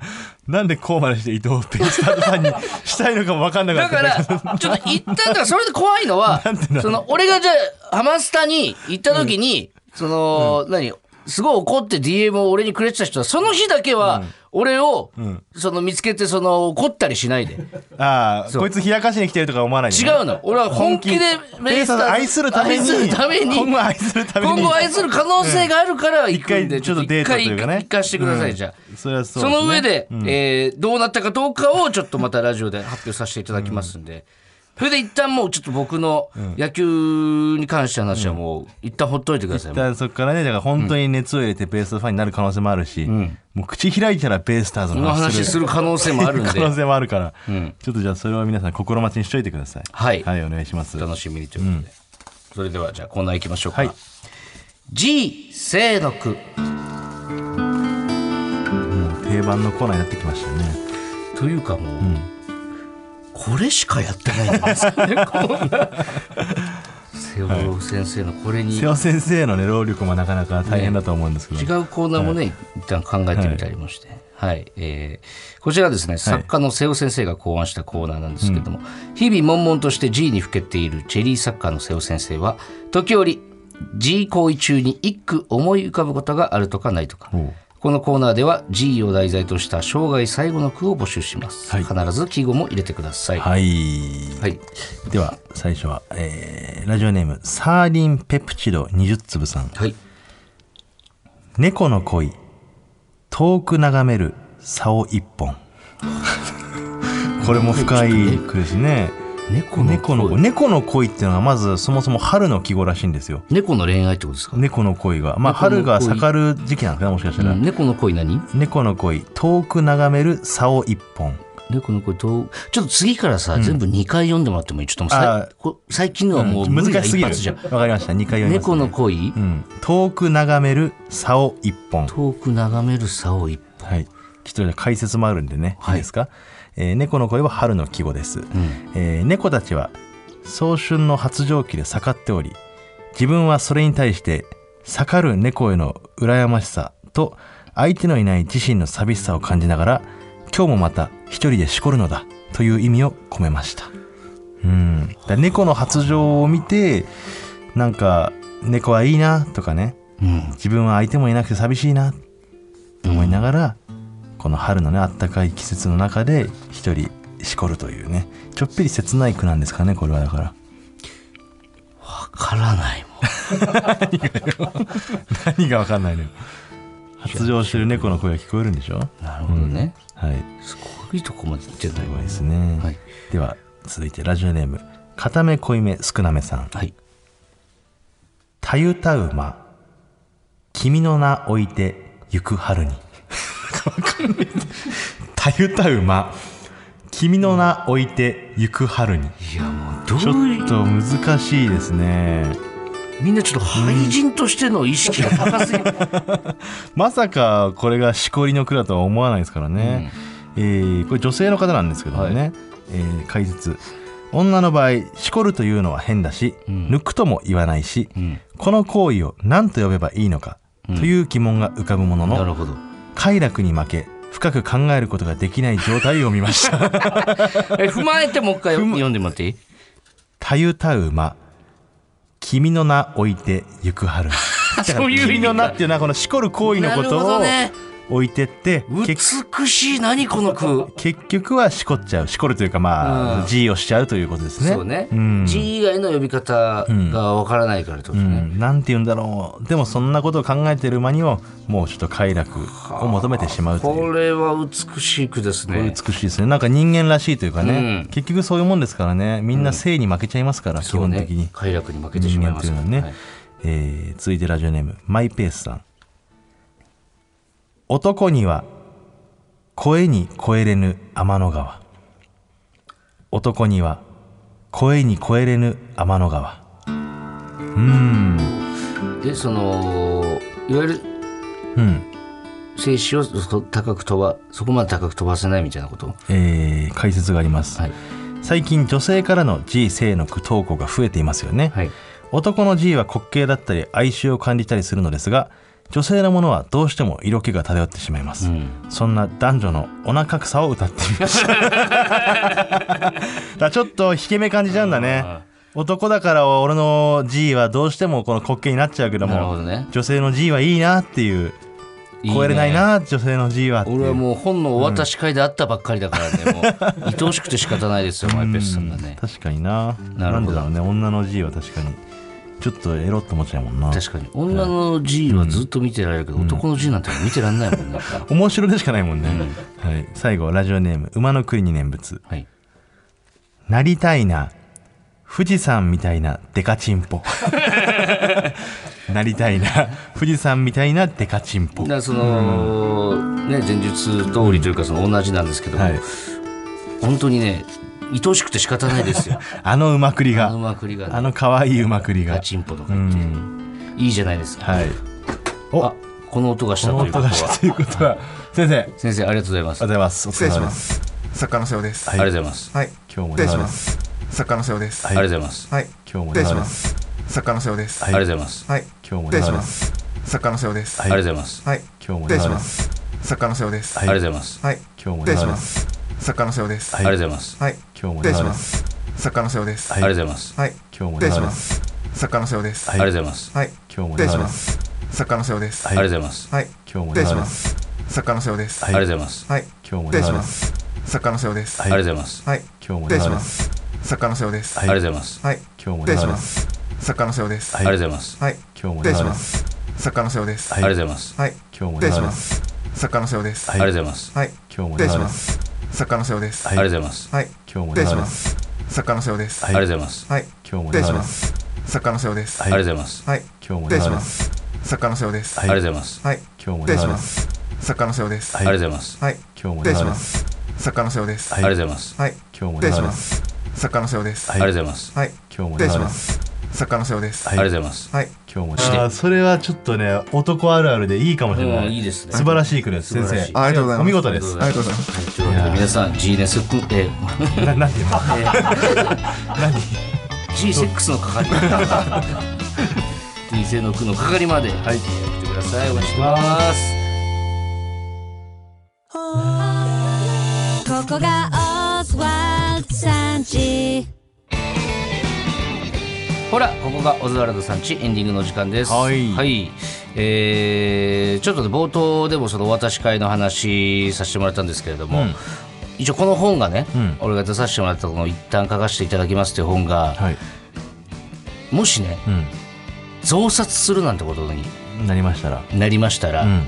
S3: なんでこうまでして伊藤ベイスターズさ んにしたいのかも分かんなか
S2: だ
S3: った
S2: からちょっと一旦だからそれで怖いのは
S3: なんでなの
S2: その俺がじゃあハマスタに行った時に、その、何すごい怒って DM を俺にくれてた人はその日だけは俺を、その見つけてその怒ったりしないで
S3: ああこいつ冷やかしに来てるとか思わないで
S2: 違
S3: ね
S2: うの俺は本気で
S3: ベイスターズ愛するために
S2: 愛するために
S3: 今後愛するために
S2: 今後愛する可能性があるから行くん
S3: う
S2: で
S3: んちょっとデートというかね
S2: 一回行かしてくださいじゃあ
S3: それはそう
S2: そ
S3: ですね
S2: の上で、えーどうなったかどうかをちょっとまたラジオで発表させていただきますんで、それで一旦もうちょっと僕の野球に関しての話はもう一旦ほっといてください。
S3: だからそこからねだから本当に熱を入れてベイスターズファンになる可能性もあるし、もう口開いたらベイスターズ
S2: こ
S3: の
S2: の
S3: 話
S2: 話
S3: す
S2: す
S3: る
S2: る可能性もあるん
S3: 可
S2: で
S3: 能性もあるから、ちょっとじゃあそれは皆さん心待ちにしといてください
S2: はい
S3: はいお願いします
S2: 楽しみにということで、それではじゃあコーナー行きましょうか。
S3: はい
S2: G 聖の句
S3: もう定番のコーナーになってきましたね
S2: というかもう、これしかやってないんですかねこんな 瀬尾先生のこれに違
S3: 瀬
S2: う
S3: 尾先生のね労力もなかなか大変だと思うんですけど、
S2: コーナーもね、一旦考えてみてありまして、はいえーこちらですね作家の瀬尾先生が考案したコーナーなんですけども、日々悶々として G にふけているチェリー作家の瀬尾先生は時折 G 行為中に一句思い浮かぶことがあるとかないとか。
S3: おう
S2: このコーナーでは G を題材とした生涯最後の句を募集します、
S3: はい
S2: 必ず記号も入れてください、
S3: はい
S2: はい、
S3: では最初は、えーラジオネームサーリンペプチド20粒さん
S2: はい。
S3: 猫の恋遠く眺める竿一 本これも深い句ですね
S2: 猫の
S3: 猫の恋猫の恋っていうのがまずそもそも春の季語らしいんですよ
S2: 猫の恋愛ってことですか、
S3: 猫の恋がま
S2: 猫の
S3: あ春
S2: 恋
S3: が盛る時期なんですかねもしかしたら、
S2: うん猫の恋何
S3: 猫の恋遠く眺める竿一本
S2: 猫の恋と、ちょっと次からさ、全部2回読んでもらってもいいちょっともう
S3: あ
S2: さ
S3: ー
S2: いこ最近のはもう無理だ
S3: 難しす
S2: 一
S3: ぎる
S2: 発じゃん。
S3: わかりました2回読みます、
S2: 猫の恋、
S3: うん、遠く眺める竿一本
S2: 遠く眺める竿一本。
S3: はい。ちょっと解説もあるんでね、
S2: はい
S3: い、いですか、えー猫の声は春の季語です、えー猫たちは早春の発情期で盛っており自分はそれに対して盛る猫への羨ましさと相手のいない自身の寂しさを感じながら今日もまた一人でしこるのだという意味を込めましたうんだから猫の発情を見てなんか猫はいいなとかね
S2: うん。
S3: 自分は相手もいなくて寂しいなと思いながら、この春のねあったかい季節の中で一人しこるというねちょっぴり切ない句なんですかねこれはだから
S2: わからないもん。
S3: 何がわかんないのよ発情してる猫の声が聞こえるんでしょ
S2: なるほどね。
S3: はい
S2: すごいとこまで行ってんだ
S3: す
S2: よ
S3: ご。いですね、
S2: はい
S3: では続いてラジオネーム片目濃いめ少なめさん
S2: はい。
S3: 「たゆたうま君の名置いて行く春に」たゆたうま君の名置いて行く春に
S2: いやもうどう
S3: ちょっと難しいですね
S2: みんなちょっと俳人としての意識が高すぎる。
S3: まさかこれがしこりの句だとは思わないですからね、えーこれ女性の方なんですけどもね、えー解説女の場合しこるというのは変だし、抜くとも言わないし、
S2: ん
S3: この行為を何と呼べばいいのかという疑問が浮かぶもの
S2: なる
S3: の、
S2: ほど。
S3: 快楽に負け深く考えることができない状態を見ました
S2: え踏まえてもう一回読んでもらっていい
S3: たゆたうま君の名置いてゆくはる
S2: そういう意味か
S3: 君の名っていうのはこのしこる行為のこ
S2: なるほ
S3: とを
S2: どね
S3: 置いてって、結
S2: 美しい何この句。
S3: 結局はしこっちゃうしこるというかま
S2: う
S3: あ
S2: ん
S3: G をしちゃうということですね。
S2: そうね
S3: ん。
S2: G 以外の呼び方がわからないからってこと
S3: う
S2: ね。
S3: ん、なんて言うんだろうでもそんなことを考えてる間にももうちょっと快楽を求めてしまうという
S2: これは美しい句です
S3: これ
S2: ね。
S3: 美しいですねなんか人間らしいというかね、
S2: うん
S3: 結局そういうもんですからねみんな性に負けちゃいますから、基
S2: そう
S3: 本
S2: ね
S3: 的に、
S2: 快楽に負けてし
S3: 人
S2: まい
S3: 間
S2: ま
S3: とい
S2: す
S3: う
S2: か
S3: の
S2: ら
S3: はね、
S2: はい
S3: えー続いてラジオネームマイペースさん男には声に超えれぬ天の川男には声に超えれぬ天の川うーん
S2: で、その、いわゆる
S3: うん
S2: 精子をそ高く飛ば、そこまで高く飛ばせないみたいなこと。
S3: えー解説があります、
S2: はい。
S3: 最近女性からの G 性の句投稿が増えていますよね、
S2: はい。
S3: 男の G は滑稽だったり哀愁を感じたりするのですが女性のものはどうしても色気が漂ってしまいます、
S2: うん。
S3: そんな男女のお腹草を歌ってみましただ からちょっと引け目感じちゃうんだね男だから俺の G はどうしてもこの滑稽になっちゃうけども
S2: なるほどね
S3: 女性の G はいいなっていう
S2: ね
S3: 超えれないな女性の G はっていう
S2: 俺はもう本のお渡し会で会ったばっかりだから ね、もう愛おしくて仕方ないですよ、マイペースさんがね。
S3: 確かにな
S2: な
S3: な
S2: る
S3: ん
S2: ほど
S3: でだろうね女の G は確かにちょっとエロって思っちゃうもんな
S2: 確かに。女の G はずっと見てられるけど、男の G なんて見てらんないもんね。
S3: 面白でしかないもんね、はい、最後ラジオネーム馬の栗に念仏
S2: はい。
S3: なりたいな富士山みたいなデカチンポなりたいな富士山みたいなデカチンポ
S2: だからその、ね前述通りというかその同じなんですけども、
S3: はい
S2: 本当にね愛おしくて仕方ないですよ
S3: あの馬栗
S2: あの
S3: が
S2: まくりが、ね、
S3: あの可愛い馬栗が
S2: ガチンポとか
S3: う
S2: 言って、
S3: ん
S2: いいじゃないですか、
S3: はいお
S2: あこの音がし
S3: こ
S2: た
S3: の
S2: というこ
S3: 音
S2: と
S3: が
S2: は
S3: したということは先生ありがとう
S2: 先生ありがとうございます
S3: ございますお疲れ
S5: 失礼し
S3: 様
S5: ま
S3: です
S5: す。作家の瀬尾で
S2: あ
S5: す。
S2: り
S5: はい。
S2: がとうございます、
S3: 今日もね
S5: 失礼します。作家の瀬尾です。
S2: ありがとうございます、
S5: はい。
S3: 今日も
S5: 失
S3: ね
S5: 礼します。作家の瀬尾です。
S3: は
S5: はい
S2: ありがとうございます、
S5: い。
S3: 今日も
S5: 失
S3: ね
S5: 礼します。作家の瀬尾です。
S2: あ
S5: は
S2: り
S5: い。
S2: がとうございます、
S3: 今日も
S5: 失礼し
S3: ね
S5: ます。作家の瀬尾です。
S2: あり
S5: は
S2: がとう
S5: い。
S2: ございます、
S3: 今日も
S5: 失
S3: ね
S5: 礼します。作家の瀬尾で
S2: あ
S5: す。は
S2: り
S5: い。
S2: がとうございます、
S3: 今日も
S5: 失
S3: ね
S5: 礼します。作家の瀬尾です。
S2: ありがとうございます、
S5: はい。
S3: 今日も
S5: 失
S3: ね
S5: 礼します。作家の瀬尾です。
S2: あ
S5: は
S2: りがとうございます、
S5: い。
S3: 今日も
S5: 失
S3: ね
S5: 礼します。作家の瀬尾です。
S2: あ
S5: は
S2: り
S5: い。
S2: がとうございます、
S3: 今日も
S5: 失
S3: ね
S5: 礼します。作家の瀬尾です。
S2: ありがとうございます、
S5: はい。
S3: 今日も
S5: 失
S3: ね
S5: 礼します。作家の瀬尾です。
S2: ありがとうございます、
S5: はい。
S3: 今日も
S5: 失
S3: ね
S5: 礼します。作家の瀬尾です。
S2: あ
S5: は
S2: りがとうございます、
S5: い。
S3: 今日も
S5: 失
S3: ね
S5: 礼します。作家の瀬尾です。
S2: ありがとうございます、
S5: はい。
S3: 今日も
S5: 失
S3: ね
S5: 礼します。作家の瀬尾です。
S2: ありがとうございます、
S5: はい。
S3: 今日も
S5: 失
S3: ね
S5: 礼します。作家の瀬尾です。
S2: ありがとうございます、
S5: はい。
S3: 今日も
S5: 失
S3: ね
S5: 礼します。作家の瀬尾です。
S2: ありがとうございます、
S5: はい。
S3: 今日も
S5: 失
S3: ね
S5: 礼します。作家の瀬尾です。
S2: ありがとうございます、
S5: はい。
S3: 今日も
S2: ありがとうございます、ありがとうございます、ありがとうございます、ありがとうございます。ありがとうございます。ありがとうございます。
S3: ね今日もね今日もね今日もね今日もね今日もね今日も
S5: 失礼します。作家の瀬尾です。はい。失礼します。作家の瀬尾です。はい。失礼します。作家の瀬尾です。はい。失礼します。作家の瀬尾です。はい。失礼します。作家の瀬尾です。はい。失礼します。作家の瀬尾です。はい。
S2: して
S3: あーそれはちょっとね男あるあるでいいかもしれな
S2: うん
S3: い
S2: いいですね
S3: 素晴らしい句です先
S2: 素晴らし
S3: 生
S2: い
S5: ありがとうございます
S3: お見事です
S5: ありがとうございます。
S2: はいというわけで皆さん G ネスクえー
S3: ななんていうの何
S2: G セックスの係。店の区の係まで、はい、やってくださいお願いします
S6: ここがオズワルドさんち
S2: ほらここがオズワルドさんちエンディングの時間です
S3: はい
S2: えーちょっとね冒頭でもそのお渡し会の話させてもらったんですけれども、一応この本がね、
S3: ん
S2: 俺が出させてもらったこの「一旦書かせていただきます」という本が、
S3: はい、
S2: もしね
S3: う
S2: 増刷するなんてことに
S3: ん、なりましたら
S2: なりましたら、
S3: うん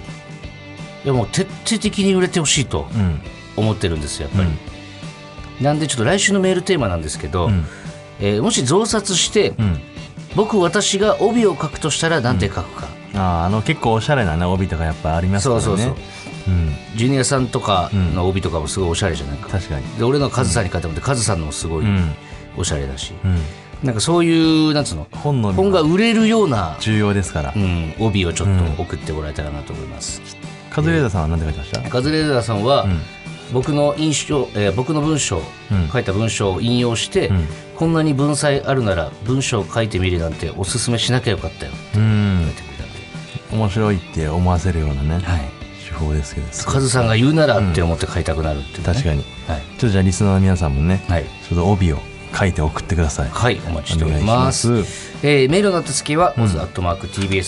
S2: いやもう徹底的に売れてほしいと
S3: うん
S2: 思ってるんですよやっぱり、なんでちょっと来週のメールテーマなんですけど、
S3: ん
S2: えーもし増刷して、
S3: うん
S2: 僕私が帯を書くとしたら何て書くか、
S3: あーあの結構おしゃれなね帯とかやっぱありますからね
S2: そうそうそう
S3: うん、
S2: ジュニアさんとかの帯とかもすごいおしゃれじゃないか、
S3: 確かに
S2: で俺のカズさんに書いてもらってカズさんのもすごい
S3: うん
S2: おしゃれだし、
S3: うん
S2: なんかそういうなんつうの
S3: 本の
S2: 本が売れるような、
S3: 重要ですから、
S2: うん、帯をちょっと送ってもらえたらなと思います、
S3: カズレーザーさんは何て書いてました
S2: カズレーザーさんは、
S3: ん
S2: 僕の印象、えー僕の文章、
S3: うん
S2: 書いた文章を引用して、
S3: ん
S2: こんなに文才あるなら文章を書いてみるなんておすすめしなきゃよかったよって
S3: うん
S2: 言ってくれたんで、
S3: 面白いって思わせるようなね、
S2: はい、
S3: 手法ですけど
S2: カズさんが言うならって思って書いたくなるっていうね、
S3: 確かにち
S2: はい
S3: ょっとじゃあリスナーの皆さんもね、
S2: はい
S3: ちょっと帯を書いて送ってください
S2: はい、お待ちしております。
S3: お願いし
S2: えーメールの宛先は、o z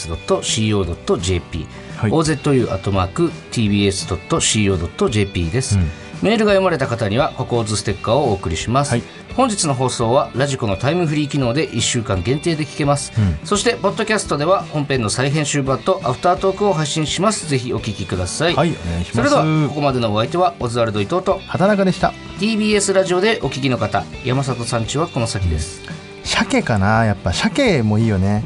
S2: tbs.co.jp、
S3: はい
S2: ozu tbs.co.jp です、メールが読まれた方には、ココーズステッカーをお送りします。
S3: はい
S2: 本日の放送はラジコのタイムフリー機能で1週間限定で聞けます、そしてポッドキャストでは本編の再編集版とアフタートークを配信しますぜひお聞きください、
S3: はいお願いし
S2: そ
S3: ま
S2: れ
S3: す
S2: ではここまでのお相手はオズワルド伊藤と
S3: 畑中でした
S2: TBS ラジオでお聞きの方山里さんちはこの先です、
S3: 鮭かなやっぱ鮭もいいよね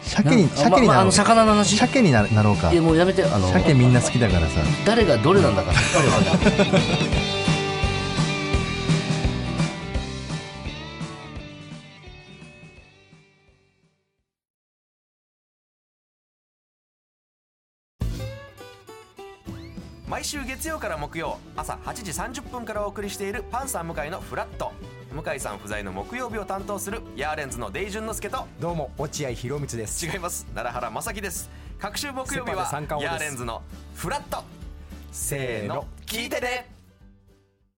S3: 鮭に
S2: な
S3: 鮭に
S2: まあまああ
S3: なろ
S2: の
S3: う
S2: 魚の話
S3: 鮭にななろうか
S2: いやもうやめてあの
S3: 鮭みんな好きだからさ
S2: 誰がどれなんだ かさっぱりわかんない
S7: 毎週月曜から木曜朝8時30分からお送りしているパンサー向井のフラット向井さん不在の木曜日を担当するヤーレンズのデイジュンの之介と
S8: どうも落合博満です
S7: 違います奈良原正樹です各週木曜
S8: セ
S7: 日は
S8: パで三冠王
S7: ヤ
S8: で
S7: ー
S8: す
S7: レンズのフラットせーの聞いてね